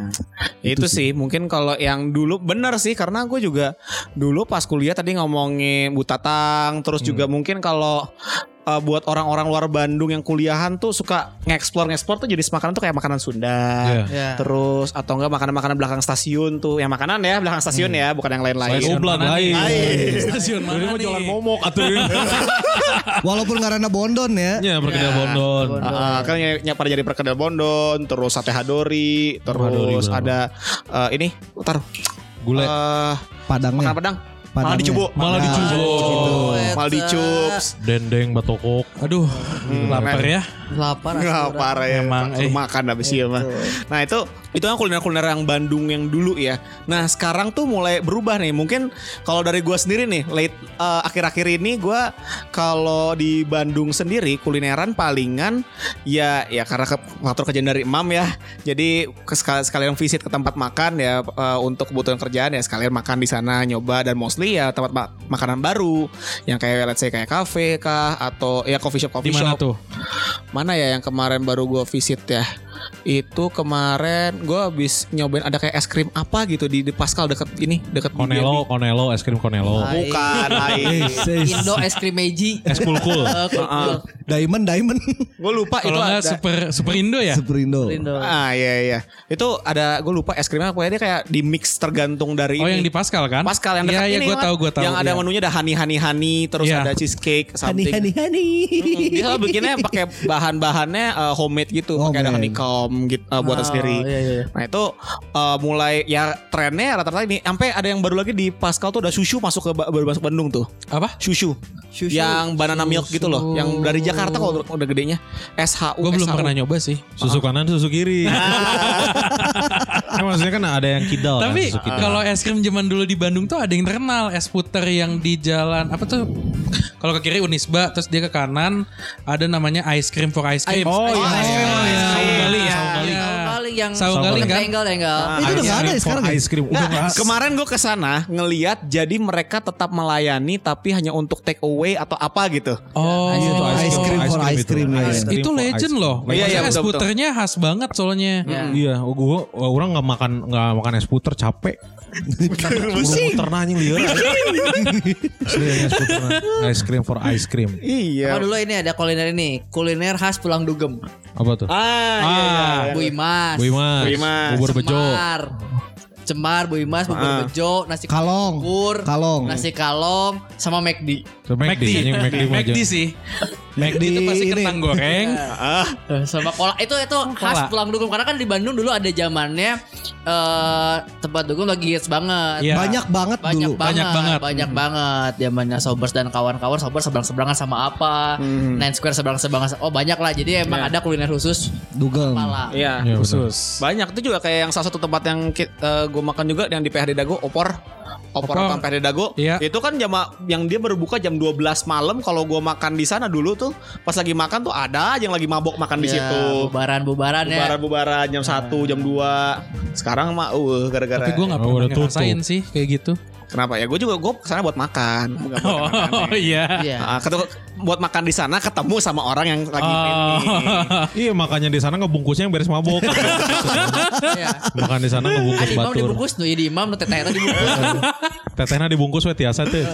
S1: Ya, itu sih mungkin kalau yang dulu benar sih karena gue juga dulu pas kuliah tadi ngomongin Bu Tatang terus juga mungkin kalau eh, buat orang-orang luar Bandung yang kuliahan tuh suka ngeksplor ngeksplor tuh jenis makanan tuh kayak makanan Sunda.
S4: Iya.
S5: Ya.
S1: Terus atau enggak makanan-makanan belakang stasiun tuh yang makanan ya belakang stasiun
S4: Hmm.
S1: ya bukan yang lain-lain.
S4: Stasiun
S1: Goblok.
S4: Oblan lain.
S3: Stasiun mana nih?
S4: momok atuh.
S6: Walaupun ngarana bondon ya.
S4: Ya, perkedel Bondon.
S1: Ah, ah, kan ny- ny- pada jadi perkedel Bondon, terus sate hadori, terus
S4: benar.
S1: ada eh, ini, taruh
S4: Gulai.
S1: eh, makanan
S6: Padangnya.
S1: pedang, malah
S6: Padangnya. Ya.
S1: dicubo,
S4: Malah dicubo.
S1: malah dicups.
S4: Dendeng batokok.
S3: Aduh, lapar ya.
S5: Lapar.
S1: Nggak
S5: asuran.
S1: parah ya
S3: Emang,
S1: Suruh
S3: eh.
S1: makan habis iya mah. Nah itu itu kan kuliner-kuliner yang Bandung yang dulu ya. Nah sekarang tuh mulai berubah nih. Mungkin kalau dari gua sendiri nih, late eh, akhir-akhir ini gua kalau di Bandung sendiri kulineran palingan ya ya karena ke, faktor kerjaan dari Imam ya. Jadi ke- sekal- sekalian visit ke tempat makan ya eh, untuk kebutuhan kerjaan ya sekalian makan di sana nyoba dan mostly ya tempat ma- makanan baru yang kayak let's say kayak kafe kah atau ya coffee shop coffee
S3: Di mana
S1: shop
S3: tuh?
S1: mana ya yang kemarin baru gue visit ya itu kemarin gue habis nyobain ada kayak es krim apa gitu di, di Pascal deket ini deket Nah, iya.
S4: Konelo, konelo, es krim konelo.
S1: Ah.
S5: Hai.
S1: bukan
S5: Indo es krim Meiji.
S4: Es kulkul.
S5: Eh, kulkul.
S6: Diamond diamond.
S1: gue lupa itu
S3: Kalau nggak
S1: ada
S3: super super Indo ya?
S6: Superindo.
S5: Indo.
S1: ah iya iya itu ada gue lupa es krimnya pokoknya dia kayak di mix tergantung dari
S3: Oh
S1: ini.
S3: yang di Pascal kan?
S1: Pascal yang dekat
S3: Iya, iya,
S1: ini
S3: gue
S1: kan?
S3: tahu, gue tahu.
S1: yang ada
S3: iya.
S1: menunya ada honey honey honey terus
S3: Iya.
S1: ada cheesecake something
S6: Hani hani hani.
S1: Mm, dia selalu bikinnya pakai bahan-bahannya eh, homemade gitu,
S3: Oh,
S1: pakai ada
S6: Homemade.
S1: honeycomb gitu eh, buatan
S5: Oh,
S1: sendiri.
S5: iya, iya.
S1: Nah itu eh, mulai ya trennya rata-rata ini sampai ada yang baru lagi di Pascal tuh ada susu masuk ke Ba- baru masuk Bandung tuh.
S3: apa?
S1: Susu. Yang banana milk gitu loh, yang dari Jakarta kalau udah gedenya. SHU.
S3: Gue belum
S1: SHU.
S3: pernah nyoba sih.
S4: Susu kanan, susu kiri. Nah, maksudnya kan ada yang kidal kan,
S3: Tapi
S4: susu kidal.
S3: kalau es krim zaman dulu di Bandung tuh ada yang terkenal es puter yang di jalan apa tuh? Kalau ke kiri Unisba, terus dia ke kanan ada namanya ice cream for ice cream.
S4: Oh, iya.
S3: Ice cream,
S4: Oh,
S3: ice
S4: iya.
S3: cream.
S4: Saung Bali,
S3: Iya.
S4: Saung Bali.
S3: Iya.
S5: Saung Bali yang
S3: Saung Bali kan?
S5: Tenggal tenggal.
S6: Itu udah nggak ada ya
S4: For
S6: sekarang. ya?
S4: Ice cream. Udah nggak
S1: Nah,
S4: ada.
S1: kemarin gue kesana ngeliat jadi mereka tetap melayani tapi hanya untuk take away atau apa gitu.
S3: Oh,
S5: Ice cream,
S6: ice cream for ice cream, ya.
S4: Ice cream
S3: itu
S4: for ice
S3: legend
S4: cream.
S3: loh.
S1: Iya, iya,
S3: Maksudnya es
S1: betul, betul.
S3: puternya khas banget soalnya.
S6: Hmm.
S4: Iya, gua orang nggak makan nggak makan es puter capek. Burung muter nanya liar. Asli, es puter nah. Ice cream for ice cream.
S5: Apa
S1: Iya.
S5: dulu ini ada kuliner ini, kuliner khas Pulang Dugem.
S4: Apa tuh?
S1: Ah, iya, iya.
S5: Bu Imas.
S4: Bu Imas.
S1: Bu Imas.
S4: Bubur bejo.
S5: Cemar. Cemar, Bu Imas, bubur
S1: Ah.
S5: bejo, nasi
S6: Kalong.
S5: kukur,
S6: Kalong.
S5: nasi kalong, sama McD.
S4: McD. anjing, McD mah
S3: McD
S4: aja.
S3: Iya. sih.
S6: McD
S3: Itu pasti
S6: ini.
S3: kentang goreng.
S5: Eh, sama kola itu itu khas pulang dugem karena kan di Bandung dulu ada zamannya eh tempat dugem lagi hits banget.
S3: Iya.
S6: Banyak banget
S5: Banyak banget,
S6: dulu.
S3: Banyak
S5: banyak
S3: banget.
S5: banget, zamannya Sobers dan kawan-kawan Sobers seberang-seberangan sama apa,
S1: Hmm.
S5: Nine Square seberang-seberangan, oh banyak lah. Jadi emang ada kuliner khusus
S6: Dugem.
S5: kepala.
S1: Iya.
S4: Iya, benar.
S1: Banyak itu juga kayak yang salah satu tempat yang gue makan juga yang di PHD Dago opor. Opor,
S3: Opor.
S1: opor PHD Dago.
S3: Iya.
S1: Itu kan jam yang dia berbuka jam 12 malam kalau gue makan di sana dulu tuh pas lagi makan tuh ada aja yang lagi mabok makan di
S3: Iya,
S5: Ya,
S1: situ.
S5: bubaran-bubaran ya.
S1: Bubaran-bubaran jam 1, jam 2. Sekarang mah uh gara-gara
S3: Nah. Tapi gue nggak
S4: Oh,
S3: pernah
S4: udah tutup.
S3: ngerasain sih kayak gitu.
S1: Kenapa? Ya gue juga gue kesana buat makan. Bukan buat
S3: Oh
S1: makan-makan.
S3: iya.
S5: Iya.
S1: Ah, ketemu- buat makan di sana ketemu sama orang yang lagi
S3: Oh.
S1: ini.
S4: Iya makanya di sana ngebungkusnya yang beres mabok.
S5: Iya.
S4: Makan di sana
S5: Ah,
S4: ngebungkus
S5: di imam
S4: batur.
S5: dibungkus tuh, ya di imam tuh teteh tadi dibungkus.
S4: Tetehna dibungkus we tiasa teh.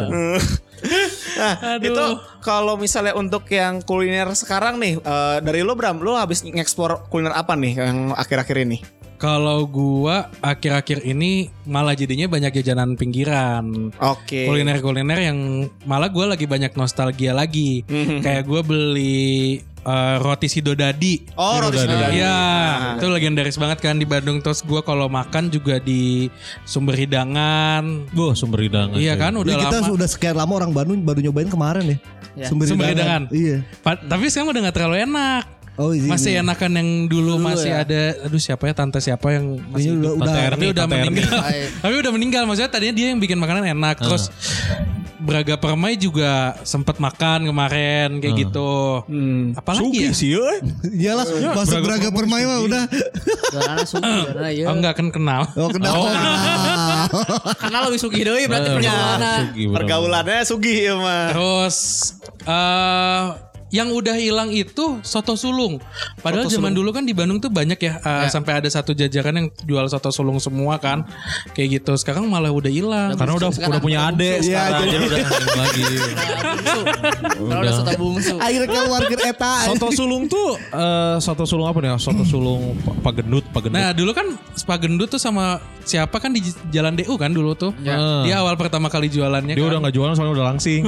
S1: Nah,
S3: Aduh.
S1: itu kalau misalnya untuk yang kuliner sekarang nih eh, dari lo Bram, lo habis ngeksplor kuliner apa nih yang akhir-akhir ini?
S3: Kalau gua akhir-akhir ini malah jadinya banyak jajanan pinggiran.
S1: Oke.
S3: kuliner-kuliner yang malah gue lagi banyak nostalgia lagi.
S1: Mhm.
S6: Hmm.
S3: Kayak gue beli eh, roti Sidodadi.
S1: Oh, roti Sidodadi.
S3: Iya,
S1: Ah.
S3: itu legendaris banget kan di Bandung. Terus gue kalau makan juga di sumber hidangan.
S4: Gue sumber hidangan.
S3: Iya kan, udah
S6: Ini kita
S3: lama.
S6: sudah sekian lama orang Bandung baru nyobain kemarin ya.
S5: Ya.
S6: Sumber
S3: Sumber
S6: hidangan.
S3: hidangan.
S6: Iya.
S3: Pa- tapi sekarang udah nggak terlalu enak.
S6: Oh, izin.
S3: Masih
S4: Iya.
S3: enakan yang dulu, masih ada. Aduh siapa ya tante siapa yang
S6: Ini
S3: masih
S6: udah,
S3: hidup.
S6: udah
S3: tapi udah
S4: Tante Erni. Iya.
S3: meninggal.
S5: Baik.
S3: tapi udah meninggal. Maksudnya tadinya dia yang bikin makanan enak. Terus Braga Permai juga sempet makan kemarin kayak gitu. Apalagi ya?
S4: sih ya.
S6: iyalah masuk
S4: Braga
S6: Braga Permai mah udah.
S5: Karena suki, karena ya.
S3: Oh, enggak kan kenal.
S6: Oh kenapa?
S5: Karena lebih suki doi berarti
S4: Ah,
S5: perjalanan.
S1: Pergaulannya Sugi ya
S4: Nah.
S1: mah.
S3: Terus eh yang udah hilang itu soto sulung. Padahal zaman dulu kan di Bandung tuh banyak ya, eh, sampai ada satu jajaran yang jual soto sulung semua kan. Kayak gitu. Sekarang malah udah hilang.
S4: Karena udah
S5: Sekarang
S4: udah punya
S5: udah
S4: adek
S5: bungsu.
S3: Iya,
S4: sekarang jadi udah nggak lagi.
S5: Bungsu. Kalau udah soto bungsu.
S6: Akhirnya kan warga eta.
S4: Soto sulung tuh eh, soto sulung apa nih? Soto sulung pa- pagenut pagenut.
S3: Nah dulu kan Spagendu tuh sama siapa kan di J- Jalan DU kan dulu tuh. Dia awal pertama kali jualannya
S4: Ya. Eh. Dia
S3: kan.
S4: udah nggak jualan soalnya udah langsing.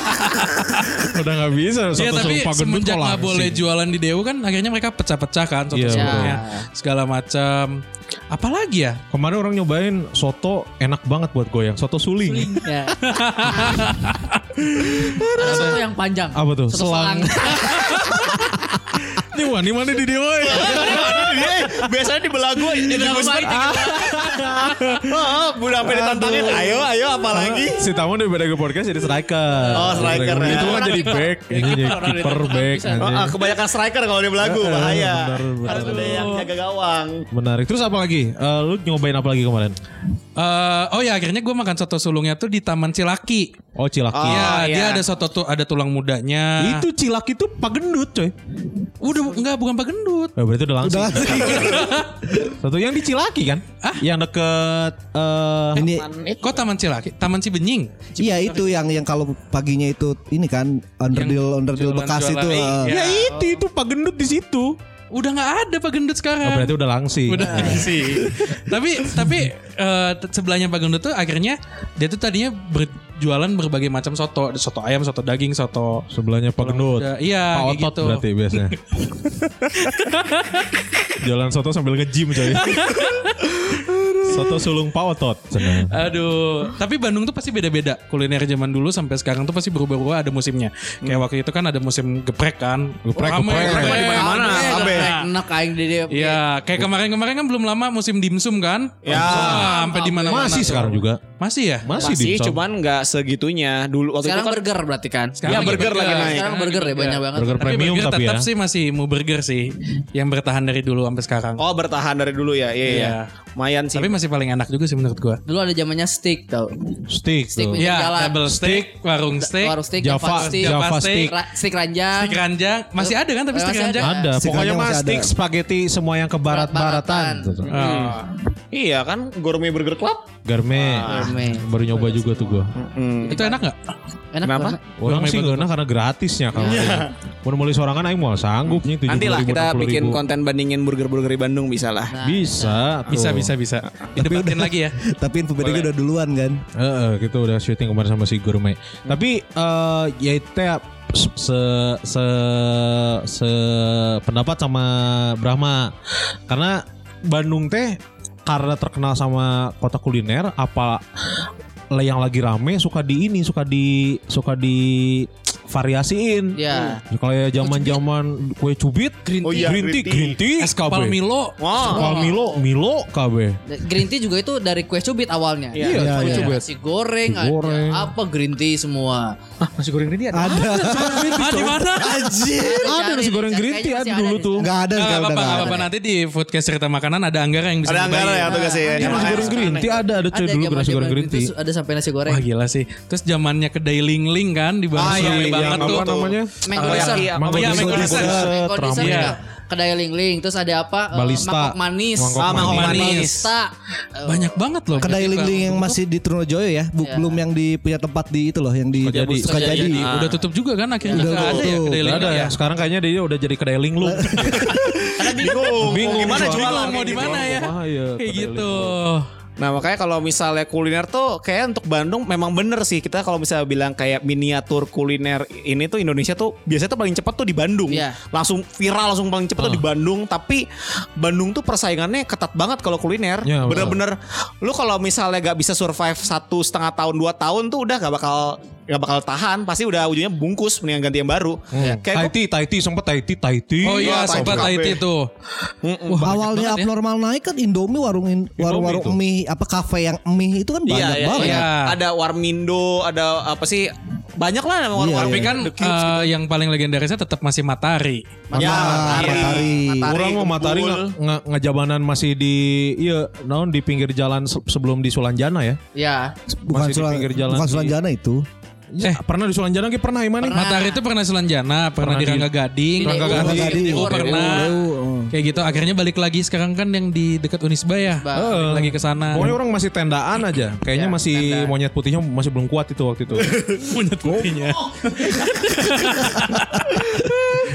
S4: udah nggak bisa soto
S3: Iya tapi
S4: sulung pagenut
S3: semenjak
S4: kok
S3: nggak
S4: langsing.
S3: boleh jualan di DU kan akhirnya mereka pecah-pecah kan soto
S4: Iya,
S3: sulungnya. Segala macam. Apalagi ya?
S4: Kemarin orang nyobain soto enak banget buat goyang. Soto suling.
S5: Ya. Ada soto yang panjang.
S4: Apa tuh?
S5: Soto selang.
S4: Ini wah, ini mana di dewa ya?
S1: Eh, biasanya di belagu di Gusman. Oh, udah sampai ditantangin. Ayo, ayo apalagi.
S4: Si Tamu daripada ke podcast jadi striker.
S1: Oh, striker, ya.
S4: Itu mah jadi back, ini Iya, jadi kiper back
S1: Oh, ah,
S4: anjing. Iya,
S1: kebanyakan striker kalau di belagu bahaya.
S4: bener, bener.
S1: Harus ada yang jaga gawang.
S4: Menarik. Terus apa lagi? Eh, lu nyobain apa lagi kemarin?
S3: Eh, oh ya akhirnya gue makan soto sulungnya tuh di Taman Cilaki.
S4: Oh, cilaki.
S1: Oh,
S3: Iya,
S1: iya.
S3: dia ada soto tuh ada tulang mudanya.
S4: Itu cilaki itu pagendut, coy.
S3: udah enggak bukan Pak Gendut.
S4: Eh, berarti udah langsung. Satu yang di Cilaki kan? Yang deket eh
S6: Ini
S3: Kok Taman Cilaki? Taman Cibenying.
S6: iya itu yang yang kalau paginya itu ini kan underdeal underdeal
S3: jualan-
S6: bekas
S3: jualan-
S6: itu.
S3: iya.
S6: eh.
S4: Ya itu itu pagendut di situ.
S3: Udah nggak ada Pak Gendut
S1: Eh.
S4: Oh,
S3: sekarang.
S4: berarti udah langsing.
S3: Udah sih. tapi tapi eh, t- sebelahnya Pak Gendut tuh akhirnya dia tuh tadinya berjualan berbagai macam soto, Ada soto ayam, soto daging, soto
S4: Sebelahnya pagendut.
S3: Udah, iya,
S4: Pak
S3: kayak
S4: otot
S3: gitu.
S4: berarti biasanya. Jalan soto sambil nge-gym coy. soto sulung Pak Otot. Seneng.
S3: Aduh, tapi Bandung tuh pasti beda-beda kuliner zaman dulu sampai sekarang tuh pasti berubah-ubah ada musimnya. Kayak waktu itu kan ada musim geprek kan.
S4: Hmm. Geprek,
S3: Rame,
S4: geprek.
S3: geprek
S4: Geprek
S3: di mana-mana.
S5: Eh,
S1: Abe.
S5: Enak aing di dia.
S3: Iya, kayak kemarin-kemarin kan belum lama musim dimsum kan?
S1: Ya.
S3: Wah, sampai di mana-mana.
S4: Masih
S3: tuh.
S4: sekarang juga.
S3: Masih ya?
S4: Masih,
S1: Masih,
S4: dimsum.
S1: cuman nggak segitunya. Dulu waktu
S5: Sekarang
S1: itu kan
S5: burger berarti kan?
S3: Sekarang
S1: Ya,
S3: lagi
S1: burger lagi naik.
S5: Sekarang burger ya banyak banget.
S4: Iya, burger
S3: Tapi
S4: premium
S3: burger
S4: tapi ya.
S3: tetap sih masih mau burger sih yang bertahan dari dulu sampai sekarang.
S1: Oh, bertahan dari dulu ya. Iya, iya.
S3: Iya.
S1: Lumayan sih.
S3: Tapi masih paling enak juga sih menurut gua.
S5: Dulu ada zamannya steak tau.
S4: Stick.
S5: Stick
S4: tuh.
S5: Pinggir
S3: Iya,
S5: jalan.
S3: double steak, warung steak,
S5: Warung steak,
S4: Java,
S5: Java steak,
S4: Java
S3: steak.
S4: stick.
S5: ra- steak ranjang.
S3: steak ranjang. Masih ada kan tapi steak
S5: Masih
S3: ranjang?
S4: Ada,
S6: Stick
S4: pokoknya
S6: aja
S4: mah
S6: masih ada.
S4: stick spaghetti semua yang ke barat-baratan. Tuh, tuh.
S3: Ah.
S1: Iya kan, Gourmet Burger Club.
S4: Garme.
S5: Gourmet.
S4: Baru nyoba juga tuh gua.
S1: Hmm.
S3: Itu enak gak?
S5: Enak
S1: Kenapa?
S5: banget.
S4: Orang
S3: Gourmet
S4: sih
S3: banget. Iya.
S4: gak karena gratisnya kalau. Mau mulai sorangan aing mau sanggup nih 70
S1: Nanti lah
S4: ribu,
S1: kita
S4: 60
S1: bikin
S4: ribu.
S1: konten bandingin burger-burger di Bandung bisa lah.
S4: Bisa.
S3: Bisa
S4: tuh.
S3: bisa bisa. Didebatin lagi ya.
S6: Tapi info bedanya udah duluan kan.
S4: Heeh, kita udah syuting kemarin sama si Gourmet.
S5: Hmm.
S4: Tapi eh ya itu ya, se se se pendapat sama Brahma. Karena Bandung teh karena terkenal sama kota kuliner apa le- yang lagi rame suka di ini suka di suka di variasiin.
S5: Iya.
S4: Kalau ya zaman-zaman kue cubit, green
S7: Oh iya,
S4: green tea, green
S7: green
S4: tea,
S3: Es kepal
S4: SKB.
S3: Milo.
S1: Wah.
S4: Kepal Milo, Milo
S5: Iya,
S4: KB.
S5: Green tea juga itu dari kue cubit awalnya.
S1: Iya,
S4: Iya,
S5: Ada
S4: kue cubit.
S5: Nasi goreng,
S4: Nasi goreng.
S5: ada apa green tea semua.
S1: Masih goreng ini ada.
S6: Ada.
S3: Ah, di mana?
S4: Ada
S5: Cari
S4: nasi
S5: nih,
S4: goreng
S5: cari.
S4: green
S5: Kayaknya
S4: tea ada
S5: masih
S4: dulu
S5: di
S4: tuh.
S5: sana.
S6: Enggak ada
S3: Nggak apa-apa,
S6: sekarang udah nggak
S3: nggak apa-apa.
S6: ada.
S3: nanti di foodcast cerita makanan ada anggaran yang bisa
S7: Ada anggaran
S3: ditambahin.
S7: ya tugasnya ya.
S1: Iya,
S4: Ya, nasi goreng green tea ada, ada
S5: Ada
S4: coy dulu nasi goreng
S5: zaman-zaman
S4: green
S5: itu
S4: tea.
S5: su- Ada sampai nasi goreng.
S3: Wah gila sih. Terus zamannya kedai Ling Ling kan di Bandung
S1: Ah, iya, iya,
S3: rame banget
S1: iya,
S3: tuh.
S4: Apa namanya?
S5: Mango dessert.
S4: Mango
S3: Iya,
S4: dessert,
S3: mango
S4: mango
S3: dessert.
S4: dessert,
S5: Mango dessert
S4: ramen.
S5: ada kedai ling-ling. Terus ada apa? eh,
S4: Balista.
S5: Mangkok manis.
S4: Mangkok
S1: Ah, mangkok
S3: manis. manis.
S5: Balista. Eh,
S3: Banyak banget loh. Iya,
S6: Kedai
S3: Ketika
S6: lingling yang
S3: tutup,
S6: masih di Trunojoyo ya, bu-
S5: Iya.
S6: belum yang di punya tempat di itu loh, yang di
S4: Sukajadi.
S6: Sukajadi.
S5: Sukajadi.
S3: Udah tutup juga kan akhirnya
S6: Udah
S3: nggak ada ya
S6: tutup.
S3: kedai
S4: Nggak
S3: Ling
S4: ada
S3: Ling
S4: ya.
S3: ya.
S4: Sekarang kayaknya dia udah jadi kedai linglung.
S7: Bingung,
S4: Bingung
S7: gimana
S4: soalnya.
S7: jualan
S3: Mau di mana ya?
S4: Wah, iya,
S3: Kayak
S4: kedai
S3: gitu.
S1: Nah makanya kalau misalnya kuliner tuh kayak untuk Bandung memang bener sih kita kalau misalnya bilang kayak miniatur kuliner ini tuh Indonesia tuh biasanya tuh paling cepat tuh di Bandung.
S5: Iya.
S1: Langsung viral langsung paling cepat tuh di Bandung. Tapi Bandung tuh persaingannya ketat banget kalau kuliner.
S4: Iya, betul.
S1: Bener-bener lu kalau misalnya gak bisa survive satu setengah tahun dua tahun tuh udah gak bakal gak bakal tahan. Pasti udah ujungnya bungkus mendingan ganti yang baru.
S4: Kayak
S1: Kayak gua-
S4: Taiti, Taiti sempet Taiti, Taiti.
S7: Wah,
S3: Oh iya,
S7: banyak
S3: sobat
S7: banget.
S3: Taiti tuh. Wah, banyak
S6: Awalnya
S3: banget ya.
S6: abnormal naik kan Indomie warungin warung-warung
S4: itu.
S6: mie apa kafe yang mie itu kan banyak
S1: Iya, iya,
S6: banget.
S1: iya.
S3: Iya.
S1: Ada Warmindo, ada apa sih? Banyak lah nama warung
S3: Tapi
S6: Iya.
S3: kan eh, yang paling legendarisnya tetap masih Matahari.
S6: Matahari. Matahari.
S1: Ya, Matahari,
S4: Orang mau matahari
S1: Kempul.
S4: nge- nge- ngejabanan masih di iya naon di pinggir jalan se- sebelum di Sulanjana ya.
S5: Ya.
S6: Bukan
S4: Masih di
S6: Sulan-
S4: pinggir jalan iya.
S6: bukan
S4: sih.
S6: Sulanjana itu.
S4: Eh, pernah di Sulanjana ki pernah Iman nih?
S3: Matahari itu pernah Sulanjana, pernah, di
S4: Pernah di- Oh,
S3: Rangga Gading,
S5: Rangga Gading,
S3: Gading,
S5: Deu,
S3: pernah.
S6: Deu,
S3: Kayak gitu. Akhirnya balik lagi sekarang kan yang di dekat Unisba ya.
S4: Oh.
S3: Balik lagi ke sana.
S4: Pokoknya orang masih tendaan aja. Kayaknya
S5: Ya,
S4: masih
S5: tendaan.
S4: monyet putihnya masih belum kuat itu waktu itu.
S3: punya putihnya.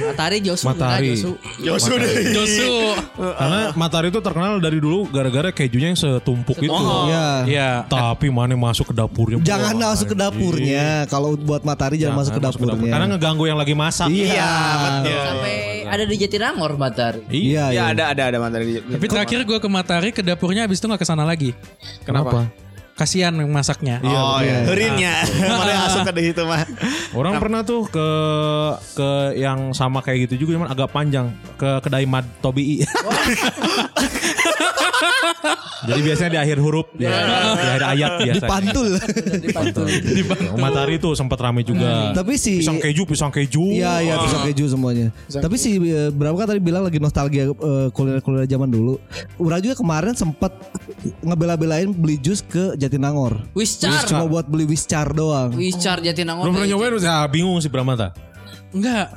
S5: Matahari Josu.
S4: Matahari.
S5: Josu.
S7: Ya sudah.
S3: Josu.
S4: Karena Matahari itu terkenal dari dulu gara-gara kejunya yang setumpuk itu.
S6: Iya.
S3: Iya.
S4: Tapi mana masuk ke dapurnya.
S6: Jangan
S4: Wah,
S6: masuk ke
S4: anjing.
S6: dapurnya. Kalau buat matahari jangan, masuk ke
S4: dapur.
S6: dapurnya.
S4: Karena ngeganggu yang lagi masak.
S6: Iya.
S5: Sampai ada di Jatinangor Matahari.
S6: Iya.
S1: Ya
S6: iya.
S1: ada ada ada materi.
S3: Tapi terakhir gue ke Matahari ke dapurnya abis itu nggak kesana lagi.
S4: Kenapa? Iya.
S3: Kasihan yang masaknya.
S7: Oh ya.
S1: Herinnya iya. mana yang masuk ke situ mah.
S4: Orang pernah tuh ke ke yang sama kayak gitu juga cuman agak panjang ke kedai Mad Tobii. Jadi biasanya di akhir huruf ya, di akhir ayat biasanya.
S6: Pantul.
S4: Matahari tuh sempat rame juga.
S6: Tapi si
S4: Iya. pisang keju, pisang keju.
S6: Iya iya
S4: Wah.
S6: pisang keju semuanya. Tapi si eh, berapa kan tadi bilang lagi nostalgia eh, kuliner-kuliner zaman dulu. Ura juga kemarin sempet ngebela-belain beli jus ke Jatinangor.
S5: Wiscar.
S6: Cuma buat beli wiscar doang.
S5: Wiscar Jatinangor.
S4: Belum pernah nyobain, ya bingung sih Bramata.
S3: Enggak.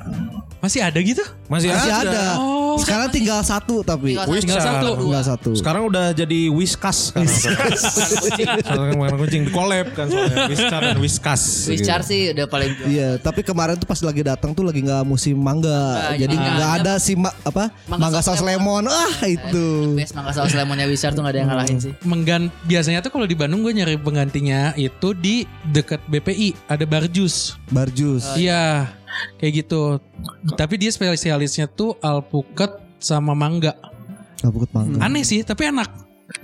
S3: Masih ada gitu?
S4: Masih,
S6: Masih
S4: ada.
S6: ada.
S3: Oh.
S6: Sekarang tinggal satu tapi.
S5: Tinggal
S4: Wis-
S3: Tinggal satu.
S6: Tinggal satu.
S4: Sekarang udah jadi Whiskas kan? sekarang. Sekarang kemarin kucing di collab kan soalnya Whiskas dan Whiskas.
S5: Wiscar sih udah paling
S6: Iya, tapi kemarin tuh pas lagi datang tuh lagi nggak musim mangga,
S5: Mangga,
S6: jadi
S5: iya.
S6: nggak ada si ma- apa
S5: Mangga
S6: mangga
S5: saus
S6: saus lemon, ah itu.
S5: Best mangga saus lemonnya Wiscar tuh gak ada yang ngalahin sih.
S3: Menggan biasanya tuh kalau di Bandung gue nyari penggantinya itu di dekat BPI ada Barjus.
S6: Barjus.
S4: Oh,
S3: Iya, kayak gitu. Tapi dia spesialisnya tuh alpukat sama mangga.
S6: Alpukat mangga.
S3: Aneh sih, tapi enak.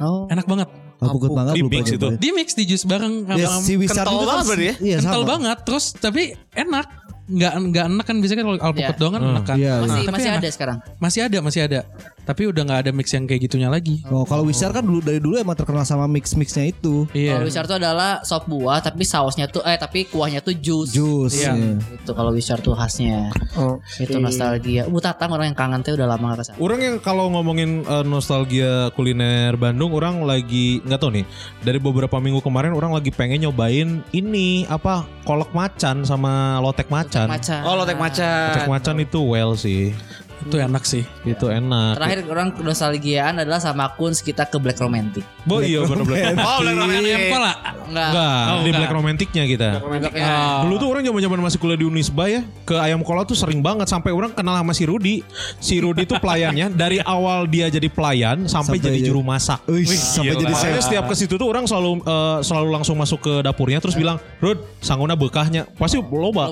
S6: Oh,
S3: Enak banget.
S6: alpukat mangga
S4: Di
S6: belum
S4: mix
S6: pernah
S4: itu.
S6: nyobain.
S3: Di mix di jus bareng sama
S6: Ya, si Wisar
S1: Kental
S6: juga
S1: banget
S6: kan-
S1: berarti ya?
S6: Iya,
S3: kental
S6: sama.
S3: banget terus tapi enak. Nggak nggak enak kan biasanya kalau alpukat
S5: Iya.
S3: doang kan enak kan.
S6: Iya, iya.
S5: Masih,
S3: Tapi
S5: masih
S3: enak.
S5: ada sekarang.
S3: Masih ada, masih ada. Tapi udah nggak ada mix yang kayak gitunya lagi.
S6: Oh, kalau Wisar kan dulu dari dulu emang terkenal sama mix-mixnya itu.
S3: Iya.
S5: Kalau Wiscar tuh adalah sop buah tapi sausnya tuh eh tapi kuahnya tuh jus.
S6: Jus.
S3: Iya.
S6: iya.
S5: Itu kalau Wiscar tuh khasnya. ya. Itu nostalgia. Bu Tatang orang yang kangen tuh udah lama gak kesana.
S4: Orang yang kalau ngomongin eh, nostalgia kuliner Bandung, orang lagi nggak tahu nih. Dari beberapa minggu kemarin, orang lagi pengen nyobain ini apa kolak macan sama lotek macan. Lotek
S5: Macan.
S1: Oh lotek
S4: macan,
S1: macan.
S4: itu well sih,
S3: Itu enak sih.
S4: itu enak.
S5: Terakhir orang nostalgiaan adalah sama Kuns kita ke Black Romantic.
S4: Bo iya bener bener.
S1: Oh
S7: Iya,
S1: lotek
S3: Yang
S1: macan.
S3: yang pola.
S5: Enggak.
S4: Oh, Enggak, ya. di
S3: enggak.
S4: black romantiknya kita.
S3: Ah.
S4: Dulu tuh orang zaman zaman masih kuliah di Unisba ya ke ayam kola tuh sering banget sampai orang kenal sama si Rudi. Si Rudi tuh pelayannya dari awal dia jadi pelayan sampai,
S6: Sampai
S4: jadi
S6: jadi-
S4: juru masak.
S6: Wih, sampai jadi
S4: Jadi saya
S6: saya.
S4: setiap ke situ tuh orang selalu eh, selalu langsung masuk ke dapurnya terus bilang, "Rud, sanguna bekahnya." Pasti loba. Nah,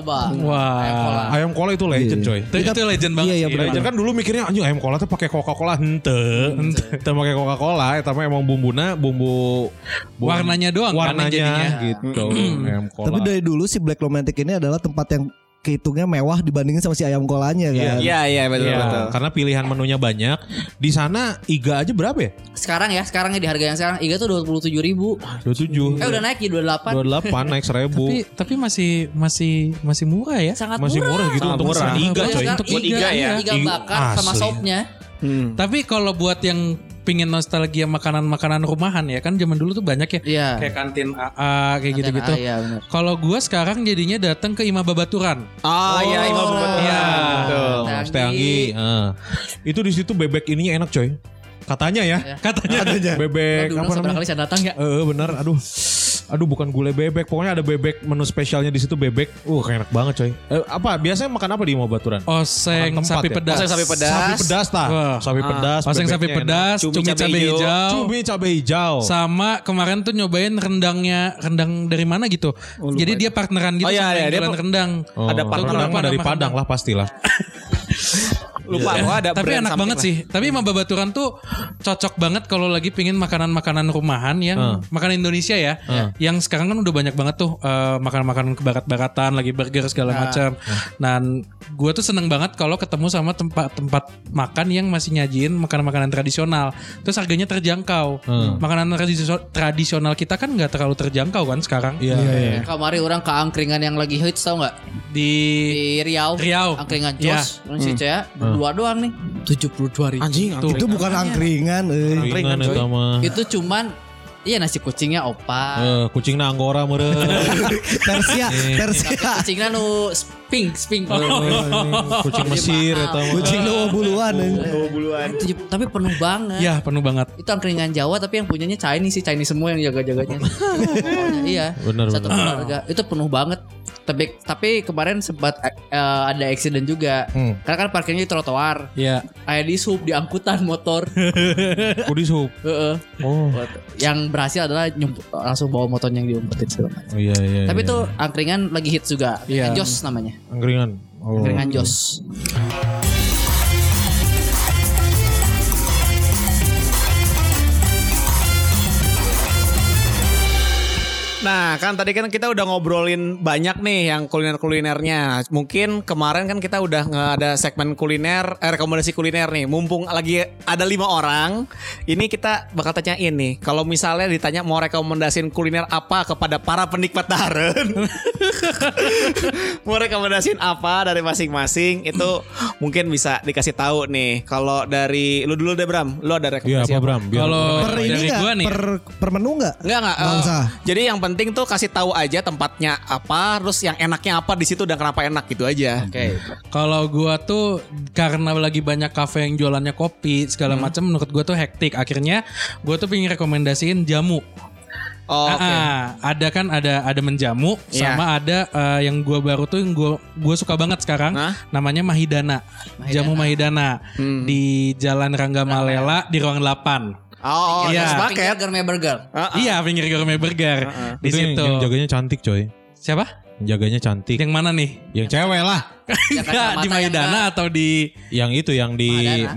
S5: Coba.
S3: Wah.
S4: Ayam kola itu legend, coy.
S3: Itu, itu legend banget
S6: Iya, iya,
S3: sih.
S6: benar.
S4: Legend kan dulu mikirnya anjing ayam kola tuh pakai Coca-Cola henteu. Henteu pakai Coca-Cola eta mah emang bumbuna bumbu, bumbu-
S3: Warnanya doang, warna
S4: warnanya
S3: jadinya.
S4: gitu. ayam kola.
S6: Tapi dari dulu si Black Romantic ini adalah tempat yang kehitungnya mewah dibandingin sama si ayam kolanya kan.
S1: Iya iya betul
S4: Iya,
S1: betul.
S4: Karena pilihan menunya banyak. Di sana iga aja berapa ya?
S5: Sekarang ya, sekarang ya di harga yang sekarang Iga tuh 27 ribu Eh
S4: 27.
S5: udah naik ya 28
S4: 28 naik 1000.
S3: Tapi tapi masih masih masih murah ya.
S5: Sangat
S4: Masih murah,
S5: murah
S4: gitu
S1: Sangat
S4: untuk
S1: murah.
S4: pesan iga
S3: Iya,
S4: coy.
S3: sekarang
S5: Untuk iga,
S3: ya.
S5: ya Iga
S4: Iga
S5: bakar sama
S4: asli.
S5: sopnya
S1: Hmm.
S3: Tapi kalau buat yang pingin nostalgia makanan-makanan rumahan ya kan zaman dulu tuh banyak ya.
S5: Iya
S3: Kayak kantin AA kayak gitu-gitu.
S5: Iya bener
S3: Kalau gua sekarang jadinya datang ke Imam Babaturan.
S1: Ah iya
S5: Oh.
S1: Imam betul.
S5: Iya.
S1: Betul.
S4: Oh, Mas Teanggi. Eh. Itu di situ bebek ininya enak coy. Katanya ya. Katanya. Bebek
S5: Aduh,
S4: apa
S5: seberapa
S4: namanya?
S5: kali saya datang ya
S4: Eh bener aduh. Aduh bukan gulai bebek, pokoknya ada bebek menu spesialnya di situ bebek. Uh enak banget coy. Eh, apa biasanya makan apa di Imam Baturan?
S3: Oseng
S4: Makan tempat
S3: Oh, sapi
S4: ya?
S3: pedas.
S1: Oseng sapi pedas.
S4: Sapi pedas tah.
S3: Wah.
S4: Sapi pedas.
S3: Oseng sapi
S4: bebeknya
S3: pedas,
S1: Cumi
S3: cumi
S1: cabai
S3: cabe
S1: hijau.
S4: enak.
S3: hijau.
S4: Cumi cabai hijau.
S3: Sama kemarin tuh nyobain rendangnya, rendang dari mana gitu. Jadi dia partneran
S1: Oh,
S3: gitu
S1: iya,
S3: sama
S1: iya,
S3: yang
S1: dia
S3: jualan
S1: per-
S3: rendang.
S4: Oh,
S1: Ada
S3: partner
S4: rendang
S3: apa
S4: mah dari
S3: nama
S4: Padang lah pastilah.
S1: Lupa gua ada
S3: Iya. Tapi
S1: brand
S3: enak
S1: something
S3: banget
S1: lah.
S3: sih. Tapi Imam Babaturan tuh cocok banget kalau lagi pingin makanan-makanan rumahan yang
S4: Hmm.
S3: makanan Indonesia ya. Yang sekarang kan udah banyak banget tuh eh, makanan-makanan kebarat-baratan, lagi burger
S1: Ah.
S3: segala macam. Nah, gue tuh seneng banget kalau ketemu sama tempat-tempat makan yang masih nyajiin makanan-makanan tradisional. Terus harganya terjangkau.
S4: Hmm.
S3: Makanan tradisio- tradisional kita kan nggak terlalu terjangkau kan sekarang
S4: Iya.
S5: Kamari orang ke angkringan yang lagi hits tau gak
S3: di
S5: Di Riau
S3: Riau.
S5: Angkringan Jos yeah.
S4: Hmm.
S5: Si Cea Berdua doang nih 72 ribu
S1: Anjing
S3: Tuh.
S6: Itu bukan angkringan eh. euy.
S4: Ringan itu sama.
S5: Itu cuman Iya nasi kucingnya opa
S4: Eh, kucingna anggora meureun.
S6: Tersia, tersia.
S5: Kucingnya nu Spink Spink
S4: Oh.
S3: Iya,
S4: Kucing Mesir eta mah.
S3: Eh,
S6: Kucing lu buluan. euy.
S5: Tujuh- Tapi penuh banget
S3: ya penuh banget.
S5: itu angkringan Jawa tapi yang punyanya Chinese sih Chinese semua yang jaga-jaganya Pokoknya, iya
S4: Bener,
S5: satu
S4: bener.
S5: keluarga itu penuh banget tapi tapi kemarin sempat eh, ada accident juga karena kan parkirnya di trotoar
S3: Ya.
S5: kayak di sub di angkutan motor
S4: Kudis hub.
S5: Heeh.
S4: Oh.
S5: yang berhasil adalah nyumput, langsung bawa motornya yang diumpetin segala macam.
S4: Iya iya.
S5: tapi
S4: iya.
S5: itu angkringan lagi hits juga
S3: Iya.
S5: Angkringan Jos namanya
S4: angkringan. Oh.
S5: angkringan Jos
S1: Nah kan tadi kan kita udah ngobrolin banyak nih yang kuliner-kulinernya. Mungkin kemarin kan kita udah nge- ada segmen kuliner, eh, rekomendasi kuliner nih. Mumpung lagi ada lima orang, ini kita bakal tanyain nih. Kalau misalnya ditanya mau rekomendasiin kuliner apa kepada para penikmat Daren, mau rekomendasiin apa dari masing-masing itu mungkin bisa dikasih tahu nih. Kalau dari lu dulu deh Bram, lu ada
S4: Iya
S1: rekomendasi
S4: apa
S1: apa?
S4: Bram? Biar-
S3: Kalau
S6: Per ini
S3: dari
S6: enggak?
S3: gue eh, nih.
S6: Per per menu enggak?
S1: Enggak enggak. eh,
S6: Nggak usah.
S1: jadi yang penting tuh kasih tahu aja tempatnya apa, terus yang enaknya apa di situ dan kenapa enak gitu aja.
S5: oke
S3: Kalau gua tuh karena lagi banyak kafe yang jualannya kopi segala macam menurut gua tuh hektik. Akhirnya gua tuh pengen rekomendasiin jamu.
S1: Oh, Oke.
S3: Ah, ada kan ada ada menjamu
S1: Iya.
S3: sama ada eh, yang gua baru tuh yang gua gua suka banget sekarang
S1: Hah?
S3: namanya Mahidana. Jamu Mahidana di Jalan Rangga Malela di ruang 8.
S1: Oh,
S3: Iya.
S1: iya.
S5: Paket
S1: sepaket.
S5: Burger Mie Burger
S3: Iya, pinggir gourmet burger di
S4: Itu yang-
S3: situ.
S4: Yang jaganya cantik coy.
S3: Siapa?
S4: Yang Jaganya cantik.
S3: Yang mana nih?
S4: Yang cewek lah.
S5: Yang kacamata
S3: di
S5: yang
S3: Mahidana
S5: enggak.
S3: atau di
S4: Yang itu yang di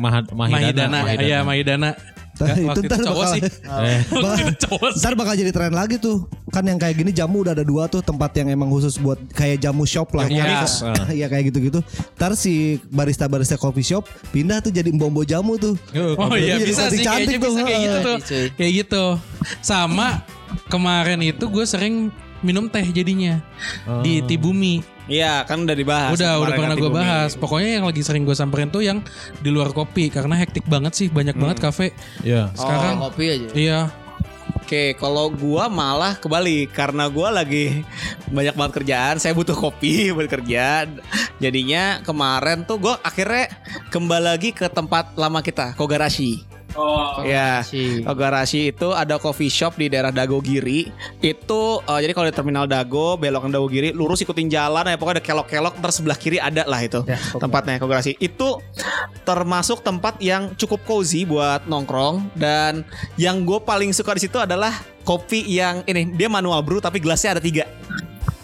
S4: Mahad- Mahidana.
S3: Mahidana? Iya, Mahidana.
S6: Tah,
S3: Nggak,
S6: itu
S3: waktu itu
S6: ntar
S3: cowok
S6: bakal-
S3: sih.
S4: Eh,
S3: Waktu itu cowok sih.
S6: Ntar bakal jadi tren lagi tuh. Kan yang kayak gini jamu udah ada dua tuh tempat yang emang khusus buat kayak jamu shop lah.
S4: Jamu
S6: Iya
S4: mix.
S6: Iya kayak gitu-gitu. Ntar si barista-barista coffee shop pindah tuh jadi mbombo jamu tuh.
S3: Oh iya
S6: Jadi
S3: bisa sih kayaknya
S6: cantik tuh.
S3: bisa kayak gitu tuh.
S5: Iya, cuy.
S3: Kayak gitu. Sama kemarin itu gue sering minum teh jadinya
S6: Oh.
S3: di Tibumi.
S1: Iya, kan udah dibahas.
S3: Udah udah
S1: kemarin
S3: pernah
S1: nanti
S3: gue
S1: Bumi.
S3: bahas. Pokoknya yang lagi sering gue samperin tuh yang di luar kopi karena hektik banget sih banyak
S6: Hmm.
S3: banget kafe
S4: Iya.
S3: sekarang.
S5: kopi
S1: Oh.
S5: aja
S3: Iya.
S1: Oke, kalau gua malah kebalik karena gua lagi banyak banget kerjaan, saya butuh kopi buat kerja. Jadinya kemarin tuh gua akhirnya kembali lagi ke tempat lama kita, Kogarashi. Oh, ya.
S5: Kogarashi.
S1: Kogarashi itu ada coffee shop di daerah Dagogiri. Itu eh, jadi kalau di terminal Dago, belokan Dagogiri, lurus ikutin jalan ya pokoknya ada kelok-kelok terus sebelah kiri ada lah itu.
S5: Ya,
S1: tempatnya Kogarashi. Itu termasuk tempat yang cukup cozy buat nongkrong dan yang gue paling suka di situ adalah kopi yang ini dia manual brew tapi gelasnya ada tiga.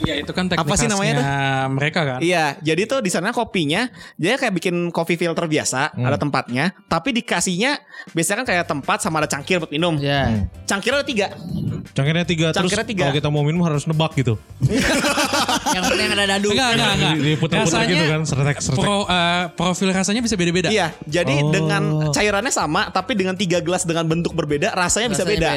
S3: Iya itu kan teknik
S1: Apa sih namanya
S3: khasnya mereka kan.
S1: Iya, jadi tuh di sana kopinya dia kayak bikin kopi filter biasa, ada tempatnya, tapi dikasihnya biasanya kan kayak tempat sama ada cangkir buat minum.
S5: Ya.
S1: Cangkir ada tiga.
S4: Cangkirnya tiga
S1: Cangkirnya
S4: terus
S1: tiga.
S4: kalau kita mau minum harus nebak gitu.
S5: yang penting ada dadu.
S3: Enggak, enggak, enggak.
S4: Di- Diputer-puter
S3: Rasanya-
S4: gitu kan, sertek-sertek.
S3: Pro, eh, profil rasanya bisa beda-beda.
S1: Iya, jadi dengan cairannya sama, tapi dengan tiga gelas dengan bentuk berbeda, rasanya, bisa beda.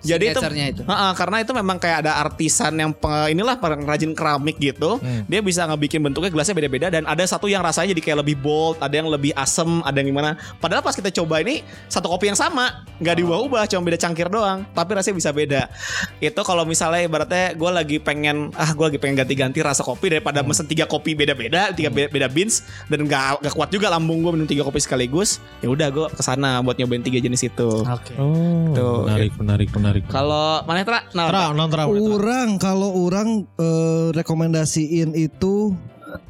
S1: Jadi itu,
S5: Signature-nya Iya. itu.
S1: Ha-ha, karena itu memang kayak ada artisan yang peng- inilah pengrajin keramik gitu.
S3: Hmm.
S1: Dia bisa ngebikin bentuknya gelasnya beda-beda dan ada satu yang rasanya jadi kayak lebih bold, ada yang lebih asem, ada yang gimana. Padahal pas kita coba ini satu kopi yang sama, nggak
S3: Oh.
S1: diubah-ubah, cuma beda cangkir doang, tapi rasanya bisa beda. Itu kalau misalnya ibaratnya gue lagi pengen ah gue lagi pengen ganti-ganti rasa kopi daripada
S3: Hmm.
S1: mesen tiga kopi beda-beda, tiga be- beda beans dan nggak nggak kuat juga lambung gue minum tiga kopi sekaligus. Ya udah gue kesana buat nyobain tiga jenis itu.
S5: Oke.
S4: Oh,
S1: Tuh,
S4: menarik, menarik, menarik.
S1: Kalau mana Tra? Nah,
S4: Tra, non Tra, boleh, Tra.
S6: Orang kalau orang eh, rekomendasiin itu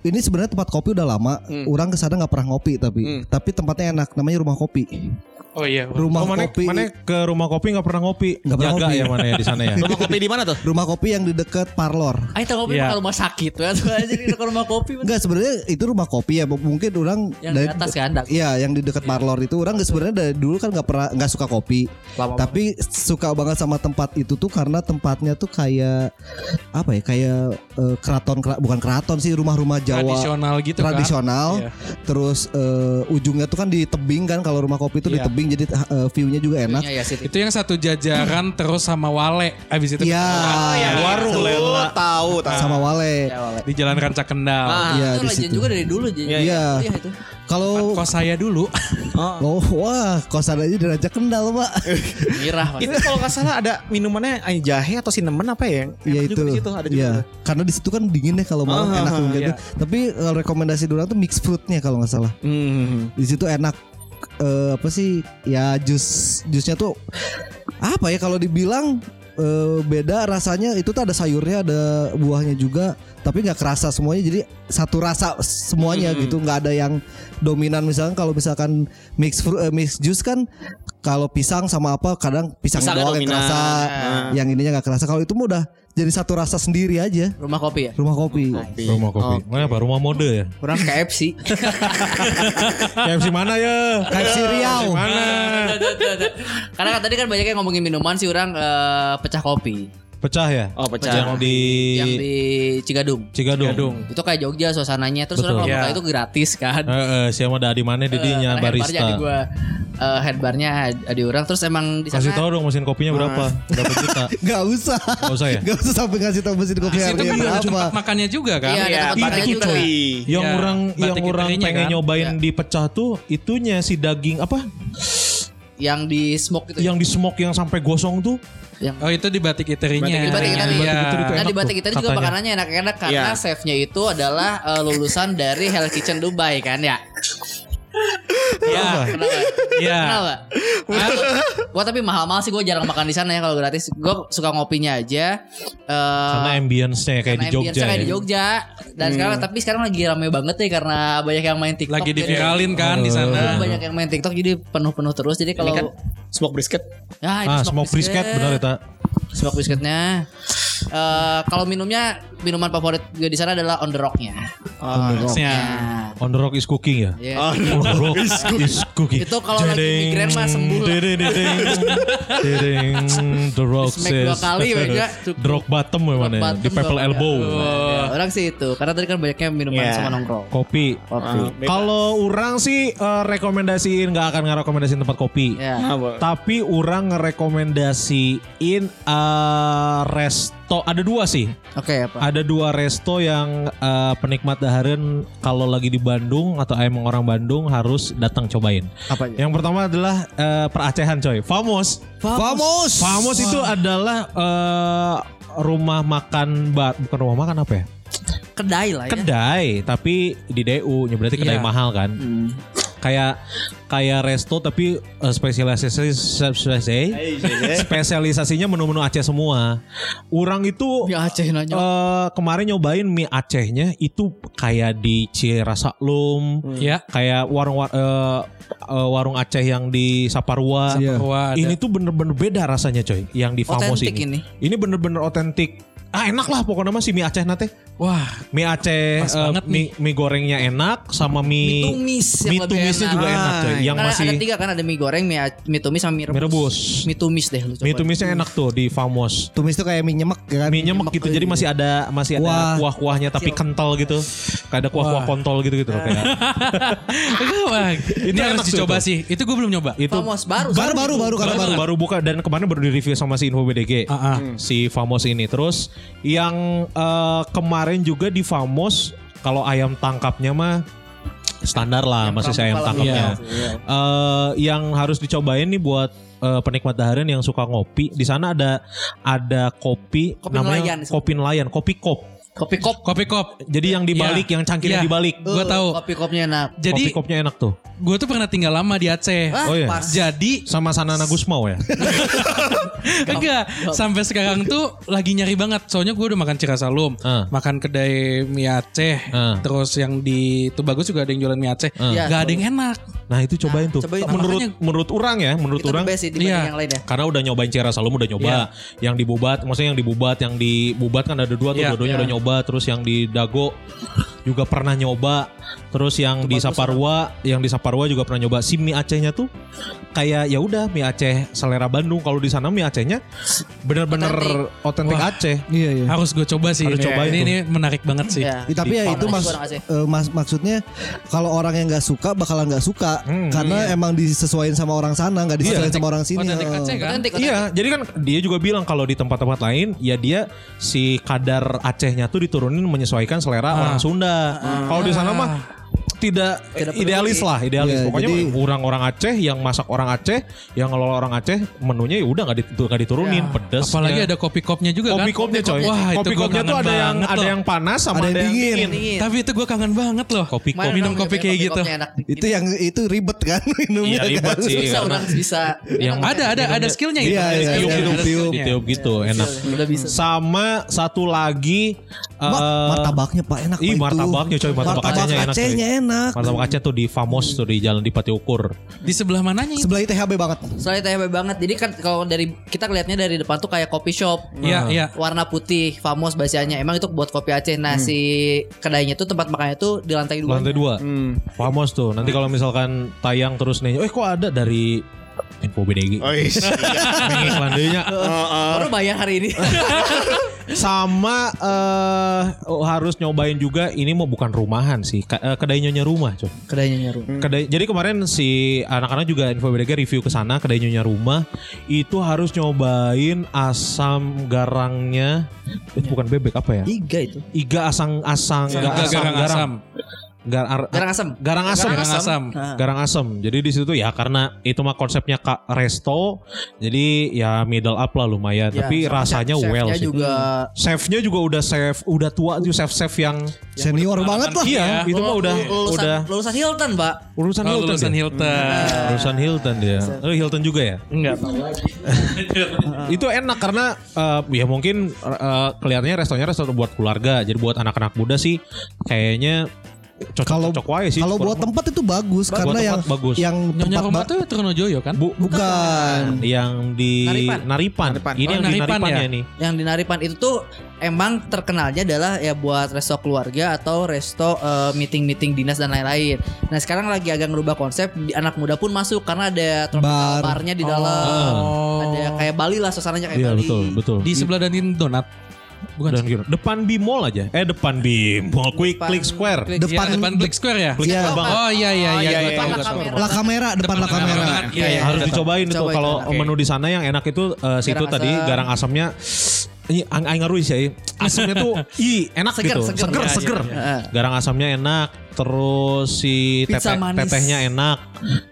S6: ini sebenarnya tempat kopi udah lama. Orang kesana nggak pernah ngopi tapi
S1: Hmm.
S6: tapi tempatnya enak namanya rumah kopi.
S3: Oh iya.
S6: Rumah
S4: Oh, mana,
S6: kopi.
S4: mana ke rumah kopi nggak pernah ngopi?
S6: Nggak pernah
S4: Jaga
S6: ngopi.
S4: ya mana ya di sana ya.
S1: Rumah kopi di mana tuh?
S6: Rumah kopi yang di dekat parlor.
S5: Ah, itu kopi
S3: Iya.
S5: ke rumah sakit. ya. Tuh, aja di ke rumah kopi. bener.
S6: Enggak sebenarnya itu rumah kopi ya mungkin orang
S5: Yang di atas kan, dak.
S6: Iya, yang di dekat parlor itu orang nggak- sebenarnya dari dulu kan nggak pernah nggak suka kopi. tapi suka banget sama tempat itu tuh karena tempatnya tuh kayak apa ya? Kayak eh, keraton kera- bukan keraton sih rumah-rumah Jawa
S3: Tradisional gitu kan.
S6: tradisional.
S3: Iya.
S6: Terus eh, ujungnya tuh kan di tebing kan kalau rumah kopi itu di
S3: Iya.
S6: tebing jadi eh, view-nya juga enak.
S5: Ya, ya, Siti.
S3: Itu yang satu jajaran terus sama Wale. Abis itu
S6: Iya.
S1: warung Lela. Tahu, tahu.
S6: Sama Wale.
S5: Ya, Wale.
S3: di Jalan Ranca Kendal.
S6: Iya,
S5: Itu
S6: di
S5: legend
S6: situ.
S5: juga dari dulu. Ji.
S6: Iya.
S5: Iya, itu.
S6: Kalau
S3: Kos saya dulu.
S6: Oh, wah, kosan aja diraja kendal, Pak.
S5: Mirah. Mas.
S1: Itu kalau nggak salah ada minumannya eh, jahe atau cinnamon apa ya? Enak
S6: Iya
S1: juga
S6: itu.
S1: di situ, ada juga.
S6: Iya. Karena di situ kan dingin ya kalau malam
S1: Ah,
S6: enak
S1: ah,
S6: juga.
S3: iya.
S6: Tapi eh, rekomendasi Durang tuh mix fruitnya kalau nggak salah.
S1: Hmm.
S6: Di situ enak eh, apa sih? Ya jus jusnya tuh apa ya kalau dibilang eh, beda rasanya itu tuh ada sayurnya ada buahnya juga tapi nggak kerasa semuanya jadi satu rasa semuanya gitu nggak ada yang dominan misalkan kalau misalkan mix fru- eh, mix jus kan kalau pisang sama apa kadang pisang
S1: Pisangnya
S6: doang yang
S1: dominan.
S6: kerasa yang ininya nggak kerasa kalau itu mah udah jadi satu rasa sendiri aja
S5: Rumah kopi ya?
S6: rumah kopi
S4: Rumah kopi. Mana apa? Rumah mode ya.
S5: Kurang KFC.
S4: KFC mana ya?
S6: KFC Riau
S4: Mana?
S5: Karena kan tadi kan banyak yang ngomongin minuman sih orang eh, pecah kopi.
S4: Pecah ya?
S1: Oh, pecah.
S4: Yang di
S5: Yang di Cigadung.
S4: Cigadung.
S5: Itu kayak Jogja suasananya. Terus orang
S4: Betul.
S5: kalau
S3: Iya.
S5: buka itu gratis kan.
S4: Eh, eh, siapa ada di mana
S5: Karena
S4: didinya
S5: headbarnya ada
S4: barista.
S5: gua. Eh, headbarnya ada orang. Terus emang di sana.
S4: Kasih tahu dong mesin kopinya berapa? Berapa juta?
S6: Nggak usah
S4: Nggak usah ya? Nah,
S6: Nggak usah sampai ngasih tau mesin
S4: Iya,
S6: kopi
S3: Itu
S6: harganya
S3: kan ada
S6: berapa
S3: tempat makannya juga kan.
S5: Iya, ada
S1: Iya,
S5: tempat makannya
S1: batik
S5: juga.
S1: iteri.
S6: Iya.
S4: Yang
S3: Ya,
S4: orang yang
S3: batik
S4: orang
S3: iterinya
S4: pengen
S3: kan.
S4: nyobain dipecah tuh itunya si daging apa?
S5: Yang di smoke itu.
S4: Yang di smoke yang sampai gosong tuh.
S5: Yang
S3: Oh itu di batik iterinya.
S5: Batik iteri. Batik iteri.
S3: Iya.
S4: Batik iteri.
S5: Nah di Batik
S4: Enak tuh,
S5: kita juga
S4: katanya.
S5: makanannya enak-enak karena
S1: Iya.
S5: chefnya itu adalah eh, lulusan dari Hell Kitchen Dubai kan ya.
S3: Iya.
S4: Ah.
S5: Kenal gak?
S3: Iya.
S5: Kenal gak? Gue tapi mahal-mahal sih gue jarang makan di sana ya kalau gratis. Gue suka ngopinya aja. Eh,
S4: Karena ambience-nya kayak
S5: karena
S4: di Jogja.
S5: ambience-nya kayak
S4: ya. Hmm.
S5: di Jogja. Dan sekarang tapi sekarang lagi rame banget nih karena banyak yang main TikTok.
S3: Lagi
S5: jadi-
S3: diviralin kan di
S4: Nah.
S3: sana.
S5: Banyak yang main TikTok jadi penuh-penuh terus. Jadi kalau
S1: kan Smoke brisket.
S5: ya itu
S4: Ah, smoke brisket benar ya, Ta?
S5: Smoke brisketnya. Eh, kalau minumnya minuman favorit gue di sana adalah on the rock-nya.
S3: Harusnya.
S5: Nah,
S4: On the rock is cooking ya?
S5: ya.
S1: Oh,
S4: On the rock is cooking.
S5: Itu kalau lagi migrain mah sembuh lah.
S4: Dedeng, the rock
S5: Smack dua
S4: says-
S5: kali, Wega.
S4: The rock bottom ya mana? ya? Di
S5: bottom
S4: purple
S5: dong, ya.
S4: elbow.
S5: Ya, orang sih itu karena tadi kan banyaknya minuman
S1: Iya.
S5: sama nongkrong.
S4: Kopi. Kalau orang sih eh, rekomendasiin nggak akan ngerekomendasiin tempat kopi.
S5: Ya.
S4: Tapi orang ngerekomendasiin eh, resto ada dua sih.
S5: Oke apa?
S4: Ada dua resto yang eh, penikmat daharen kalau lagi di Bandung atau emang orang Bandung harus datang cobain.
S5: Apa aja?
S4: Yang pertama adalah eh, peracehan coy. Famos.
S6: Famos
S4: Famos itu adalah eh, rumah makan ba- bukan rumah makan apa ya?
S5: Kedai lah ya.
S4: Kedai tapi di DU ya berarti kedai
S3: Iya.
S4: mahal kan. Kayak kayak resto tapi eh, spesialisasi spesialisasi spesialisasinya menu-menu Aceh semua. Orang itu
S5: Ya Aceh nanya.
S4: eh, kemarin nyobain mie Acehnya itu kayak di Cirasa Lum,
S5: Hmm.
S3: Iya.
S4: kayak warung war- eh, eh, warung Aceh yang di Saparua.
S6: Iya.
S3: Wah, ada.
S4: Ini tuh bener-bener beda rasanya coy, yang di Famos
S5: Otentik
S4: ini.
S5: ini.
S4: Ini bener-bener otentik. ah enak lah pokoknya mah si mie Aceh nate.
S3: Wah,
S4: Mie Aceh
S3: Pas
S4: eh,
S3: banget
S4: mie, mie gorengnya enak sama
S5: Mie
S4: mie
S5: tumis yang
S4: mie
S5: lebih
S4: tumisnya
S5: enak.
S4: juga enak coy. Yang
S5: Karena
S4: masih
S5: ada tiga kan ada mie goreng, mie, ac- mie tumis sama mie rebus.
S4: Mie rebus.
S5: Mie tumis deh lu coba.
S4: mie tumisnya enak tuh di Famos.
S6: Tumis tuh kayak mie nyemek ya kan.
S4: Mie nyemek gitu jadi masih ada masih ada
S6: Wah.
S4: kuah-kuahnya tapi kental gitu. Kayak ada kuah-kuah
S3: Wah.
S4: kontol gitu gitu loh kayak.
S3: Wah, itu
S4: Itu
S3: harus
S4: enak tuh,
S3: dicoba
S4: itu.
S3: sih. Itu gue belum nyoba.
S4: Itu
S5: Famos baru.
S6: Baru
S5: sekarang
S6: baru
S5: gitu.
S6: baru karena
S4: baru,
S6: baru.
S4: baru buka dan kemarin baru di review sama si Info BDG
S3: Ah, ah.
S4: Hmm. si Famos ini terus yang eh, kemarin juga di Famos kalau ayam tangkapnya mah standar lah masih saya ayam
S5: Iya.
S4: tangkapnya Iya. Eh, yang harus dicobain nih buat eh, penikmat daharian yang suka ngopi di sana ada ada kopi,
S5: Kopi nelayan disebut.
S4: kopi nelayan kopi kop
S5: Kopi kop. Uh,
S3: Kopi kop.
S4: jadi yang dibalik
S3: Iya.
S4: yang cangkirnya
S3: Iya.
S4: dibalik
S3: Gua tahu.
S5: Kopi kopnya enak.
S3: Jadi
S4: kopi kopnya enak tuh
S3: gue tuh pernah tinggal lama di Aceh.
S5: Ah,
S4: Oh, iya.
S5: pas.
S3: Jadi
S4: sama Sanana Gusmao ya
S3: Enggak, sampai sekarang tuh lagi nyari banget. Soalnya gue udah makan Cirasalum,
S4: Ah.
S3: makan kedai mie Aceh,
S4: Ah.
S3: terus yang di itu bagus juga ada yang jualan mie Aceh.
S5: Iya,
S3: Gak ada yang enak.
S4: nah itu cobain
S5: Nah,
S4: tuh
S5: cobain.
S4: menurut
S3: Makanya-
S4: menurut orang ya menurut
S5: Itu the
S4: orang
S5: best Iya. sih dibanding
S3: Iya.
S5: yang lain ya.
S4: Karena udah nyobain Cera Salum udah nyoba. Yang di Bubat, maksudnya yang di Bubat, yang di Bubat kan ada dua tuh,
S3: Iya,
S4: dua-duanya
S3: iya.
S4: udah nyoba. Terus yang di Dago juga pernah nyoba. Terus yang di Saparwa, yang di Saparwa juga pernah nyoba. Si mie Acehnya tuh kayak ya udah mie Aceh selera Bandung. Kalau di sana mie Acehnya bener-bener otentik Aceh.
S6: Iya iya.
S3: Harus gue coba sih.
S4: Harus
S3: ini.
S4: cobain
S3: ini,
S4: tuh.
S3: ini menarik banget sih.
S5: Iya.
S6: Ya, tapi ya
S5: Panas
S6: itu mas,
S5: orang Aceh.
S6: eh, mas- maksudnya kalau orang yang nggak suka bakalan nggak suka
S4: Hmm,
S6: karena
S4: iya.
S6: emang disesuaikan sama orang sana nggak disesuaikan sama orang sini.
S3: Otentik
S6: Eh,
S3: Aceh kan?
S5: Otentik, otentik.
S4: Iya, jadi kan dia juga bilang kalau di tempat-tempat lain ya dia si kadar Acehnya tuh diturunin menyesuaikan
S6: Ah.
S4: selera orang Sunda. Kalau di sana mah tidak,
S5: Tidak peduli.
S4: idealis lah, idealis.
S6: Iya,
S4: Pokoknya
S6: jadi-
S4: orang-orang Aceh yang masak orang Aceh, yang ngelola orang Aceh menunya ya udah nggak ditu- nggak diturunin
S6: Iya.
S4: pedes.
S3: Apalagi ada kopi kopnya juga
S4: kopi
S3: kan.
S4: kopnya Iya. coy.
S3: Wah, itu
S4: kopi
S3: gua
S4: kopnya tuh
S3: kangen
S4: ada yang
S3: banget
S4: ada
S3: loh.
S4: yang panas sama
S6: Ada yang dingin.
S5: Dingin.
S3: Tapi itu gue kangen banget loh.
S4: Kopi
S5: Mana
S4: kop.
S3: minum
S5: namanya
S3: kopi kayak gitu.
S5: kopnya enak.
S6: Eh, itu iya, yang itu ribet kan minumnya.
S4: Iya ribet
S6: kan?
S4: sih.
S5: bisa orang bisa.
S4: Yang
S3: Ada ada ada skillnya
S6: Iya,
S3: ada
S6: iya,
S3: skillnya, ada
S6: iya, tiup, Iya.
S3: skillnya.
S4: ditiup gitu enak.
S5: Udah bisa.
S4: Sama satu lagi
S6: Mak,
S4: eh,
S6: martabaknya pak enak
S4: Ih
S6: Pak, itu.
S4: martabaknya coy martabak
S6: Martabak
S4: Acehnya enak. coy.
S6: Acehnya enak.
S4: Martabak Aceh tuh di Famos tuh di Jalan Dipati Ukur.
S3: Di sebelah mananya itu?
S6: Sebelah ITHB banget.
S4: Ya,
S5: Soalnya THB banget. Jadi kan kalau dari kita kelihatnya dari depan tuh kayak kopi shop.
S3: Iya, iya.
S5: Warna putih, famos bahasanya. Emang itu buat kopi Aceh. Nah, si kedainya tuh tempat makannya tuh di lantai dua.
S4: Hmm. Lantai dua. Famos tuh. Nanti kalau misalkan tayang terus nanya, "Eh kok ada dari Info BDG?"
S7: Oh, iya.
S4: Nengis landainya.
S5: Baru bayar hari ini.
S4: Sama eh oh, harus nyobain juga ini mau bukan rumahan sih. Ka- eh, kedai nyonya rumah, coy.
S5: kedainya nyaru.
S4: Kedai, jadi kemarin si anak-anak juga info BDG review ke sana kedai nyonya rumah itu harus nyobain asam garangnya itu bukan bebek apa ya?
S5: Tiga itu.
S4: Iga asang asang
S3: Tiga
S4: asam,
S3: garang asam.
S4: Gar- ar-
S5: Garang asem.
S4: garang asam.
S3: Garang asam.
S5: Nah,
S4: Garang asam. Jadi di situ ya karena itu mah konsepnya kak resto. Jadi ya middle up lah lumayan.
S5: Ya,
S4: Tapi
S5: sama
S4: rasanya
S5: chef-
S4: well
S5: chefnya
S4: sih.
S5: juga
S4: Chefnya juga udah chef, udah tua tuh chef-chef yang
S6: Senior banget lah.
S4: iya, itu mah udah
S5: lulusan,
S4: udah
S5: lulusan Hilton, Pak.
S4: urusan
S3: Oh,
S4: Hilton.
S3: lulusan
S4: dia.
S3: Hilton.
S4: Urusan Hilton dia. Oh, Hilton juga ya?
S3: Enggak.
S4: itu enak karena eh, ya mungkin eh, kelihatannya restonya resto buat keluarga. Jadi buat anak-anak muda sih kayaknya
S6: Kalau
S4: cocok-cocok wae sih.
S6: kalau buat tempat itu bagus karena
S4: tempat
S6: yang
S4: bagus.
S6: yang
S3: Nyonya
S6: tempat
S3: rumah
S6: ba-
S3: tuh Trunojoyo kan?
S4: Bu-
S6: bukan.
S4: yang di
S5: Naripan.
S4: Naripan.
S3: Oh,
S4: Ini yang di
S3: Naripan
S4: Naripan ya,
S3: ya?
S4: ini.
S5: Yang di Naripan itu tuh emang terkenalnya adalah ya buat resto keluarga atau resto eh, meeting-meeting dinas dan lain-lain. Nah, sekarang lagi agak ngerubah konsep, di- anak muda pun masuk karena ada tropical
S6: Bar.
S5: barnya di dalam. Ada kayak Bali lah suasananya kayak
S4: Oh. Iya
S5: Bali.
S4: betul betul.
S3: di sebelah Dunkin Donat. Bukan
S4: Dan gitu. Depan Bimol aja. Eh depan Bimol. Quick
S5: Depan-
S4: Click Square.
S5: Click-
S6: depan
S3: Iya, depan Black Square ya?
S4: Click
S6: Iya.
S4: Square banget.
S3: Oh iya iya
S7: iya,
S3: iya. gua
S7: iya,
S3: tahu,
S5: depan
S3: gua tahu.
S5: kamera.
S6: La kamera depan la kamera.
S3: Iya iya.
S4: harus dicobain itu
S5: Cobain,
S4: kalau
S5: cobain.
S4: menu di sana yang enak itu eh, situ
S5: Garang
S4: tadi
S5: asam.
S4: garang asamnya ini ang aing ngaruh sih aing. asamnya tuh i enak
S5: Seger,
S4: gitu
S5: seger.
S4: seger
S5: Iya,
S4: seger.
S5: Heeh.
S4: garang asamnya enak terus si
S5: Pizza
S4: teteh-
S5: manis.
S4: tetehnya enak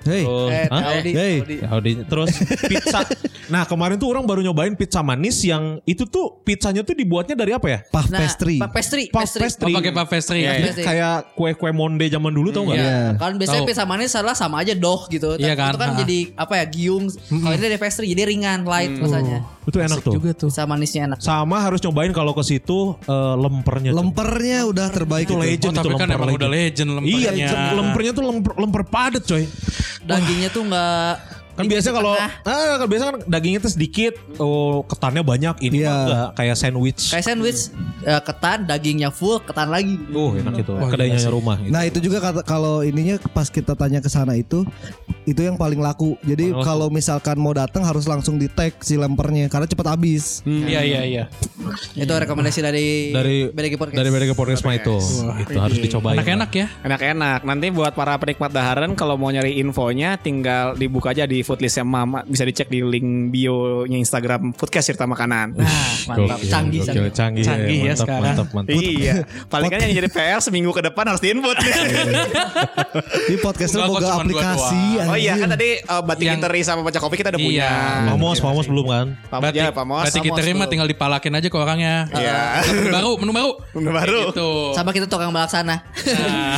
S6: Hei.
S4: terus
S5: Eh,
S4: Hah?
S5: Audi,
S6: Hey.
S5: Audi.
S4: Ya, Audi. terus pizza nah kemarin tuh orang baru nyobain pizza manis yang itu tuh pizzanya tuh dibuatnya dari apa ya
S6: Puff
S5: Nah,
S6: pastry.
S5: pa- pastry,
S4: Puff
S5: pastry.
S4: pastry.
S3: Oh, pakai pastry.
S5: Iya,
S3: Iya.
S5: iya. pastry.
S4: kayak kue-kue monde zaman dulu tau nggak
S5: Nah,
S6: Iya.
S5: Kan biasanya
S3: Tahu.
S5: pizza manis salah sama aja doh gitu.
S3: Iya
S5: Tapi
S3: kan,
S5: Itu kan
S3: ha.
S5: jadi apa ya giung. Kalau ini ada pastry jadi ringan, light rasanya.
S4: itu enak tuh
S3: Mm. Juga tuh.
S5: Pizza manisnya enak.
S4: sama harus nyobain kalau ke situ eh, lempernya tuh.
S6: Lempernya udah terbaik
S4: itu
S6: itu.
S4: legend Iya,
S3: Oh, tapi
S4: itu
S3: kan emang udah legend lempernya.
S4: Iya, lempernya tuh lemper, lemper padat coy.
S5: Dagingnya tuh nggak
S4: Kan biasa kalau ah, kan biasa kan dagingnya tuh sedikit, oh ketannya banyak. Ini
S6: Iya.
S4: mah enggak kayak sandwich.
S5: Kayak sandwich eh, ketan, dagingnya full, ketan lagi.
S4: Oh, enak itu.
S3: Wah,
S4: Kedainya
S3: gila sih.
S4: rumah.
S6: Nah itu juga kata kalau ininya pas kita tanya ke sana itu itu yang paling laku. Jadi
S4: Paling laku.
S6: kalau misalkan mau datang harus langsung di tag si lempernya karena cepat habis.
S2: Iya iya iya.
S5: Itu rekomendasi dari
S4: Dari-
S5: BDG Podcast.
S4: dari BDG Podcast mah itu. Itu harus dicobain.
S3: Enak-enak ya.
S1: Enak-enak. Nanti buat para penikmat daharan kalau mau nyari infonya tinggal dibuka aja di foodlistnya Mama. Bisa dicek di link bio-nya Instagram Foodcast Cerita Makanan.
S5: Mantap,
S4: Gokil,
S5: canggih,
S4: gokil.
S5: canggih.
S4: canggih.
S3: Canggih ya
S4: mantap,
S3: sekarang.
S4: Mantap, mantap.
S1: iya. Paling kan yang jadi PR seminggu ke depan harus diinput. iya.
S6: Di podcaster
S3: Enggak, kok
S6: boga
S3: cuma
S6: aplikasi.
S1: oh iya
S6: anjing.
S1: kan tadi uh, batik
S3: Yang-
S1: Teri sama pecah kopi kita udah punya.
S3: Iya.
S4: Pamos, pamos belum kan?
S1: Pamos
S3: Batik-
S1: ya, Pamos.
S3: Berarti kita terima
S5: belum.
S3: tinggal dipalakin aja ke orangnya.
S1: Iya.
S3: Menu baru, menu baru.
S1: Menu baru.
S3: Kayak Gitu.
S5: Sama kita tukang balak
S3: Nah.
S5: sana.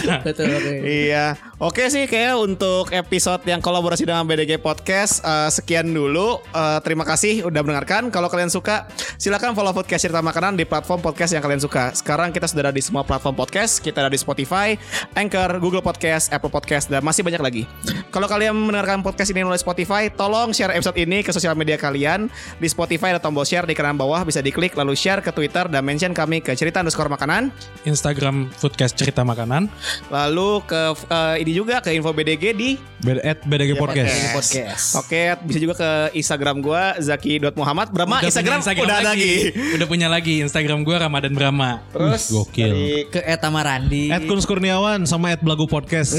S5: Betul. oke.
S1: Iya, oke sih kayak untuk episode yang kolaborasi dengan BDG Podcast eh, sekian dulu. Eh, terima kasih udah mendengarkan. Kalau kalian suka, silakan follow podcast cerita makanan di platform podcast yang kalian suka. Sekarang kita sudah ada di semua platform podcast. Kita ada di Spotify, Anchor, Google Podcast, Apple Podcast, dan masih banyak lagi. Kalau kalian mendengarkan podcast ini melalui Spotify, tolong share episode ini ke sosial media kalian. Di Spotify ada tombol share di kanan bawah bisa diklik lalu share ke Twitter dan mention kami ke cerita underscore makanan.
S3: Instagram Foodcast Cerita Makanan.
S1: Lalu ke eh, ini juga ke info BDG di
S4: Bed- At BDG Podcast.
S1: Podcast. Oke, bisa juga ke Instagram gua zaki.muhammad. Brahma
S3: Udah
S1: Instagram,
S3: punya Instagram
S1: udah ada lagi.
S3: Udah punya lagi Instagram gue Ramadan Brahma.
S1: Terus
S4: Wih, gokil.
S1: dari-
S5: Ke Etama Randi.
S4: At Kunz Kurniawan sama at Belagu Podcast.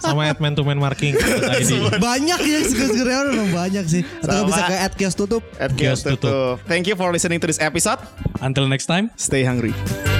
S4: sama at Man to Man Marking. Tadi.
S6: Banyak ya segera-segera orang banyak sih. Atau nggak
S1: Sama.
S6: bisa ke ad kios tutup.
S1: At Kios
S4: Kios tutup.
S1: tutup. Thank you for listening to this episode.
S3: Until next time.
S1: Stay hungry.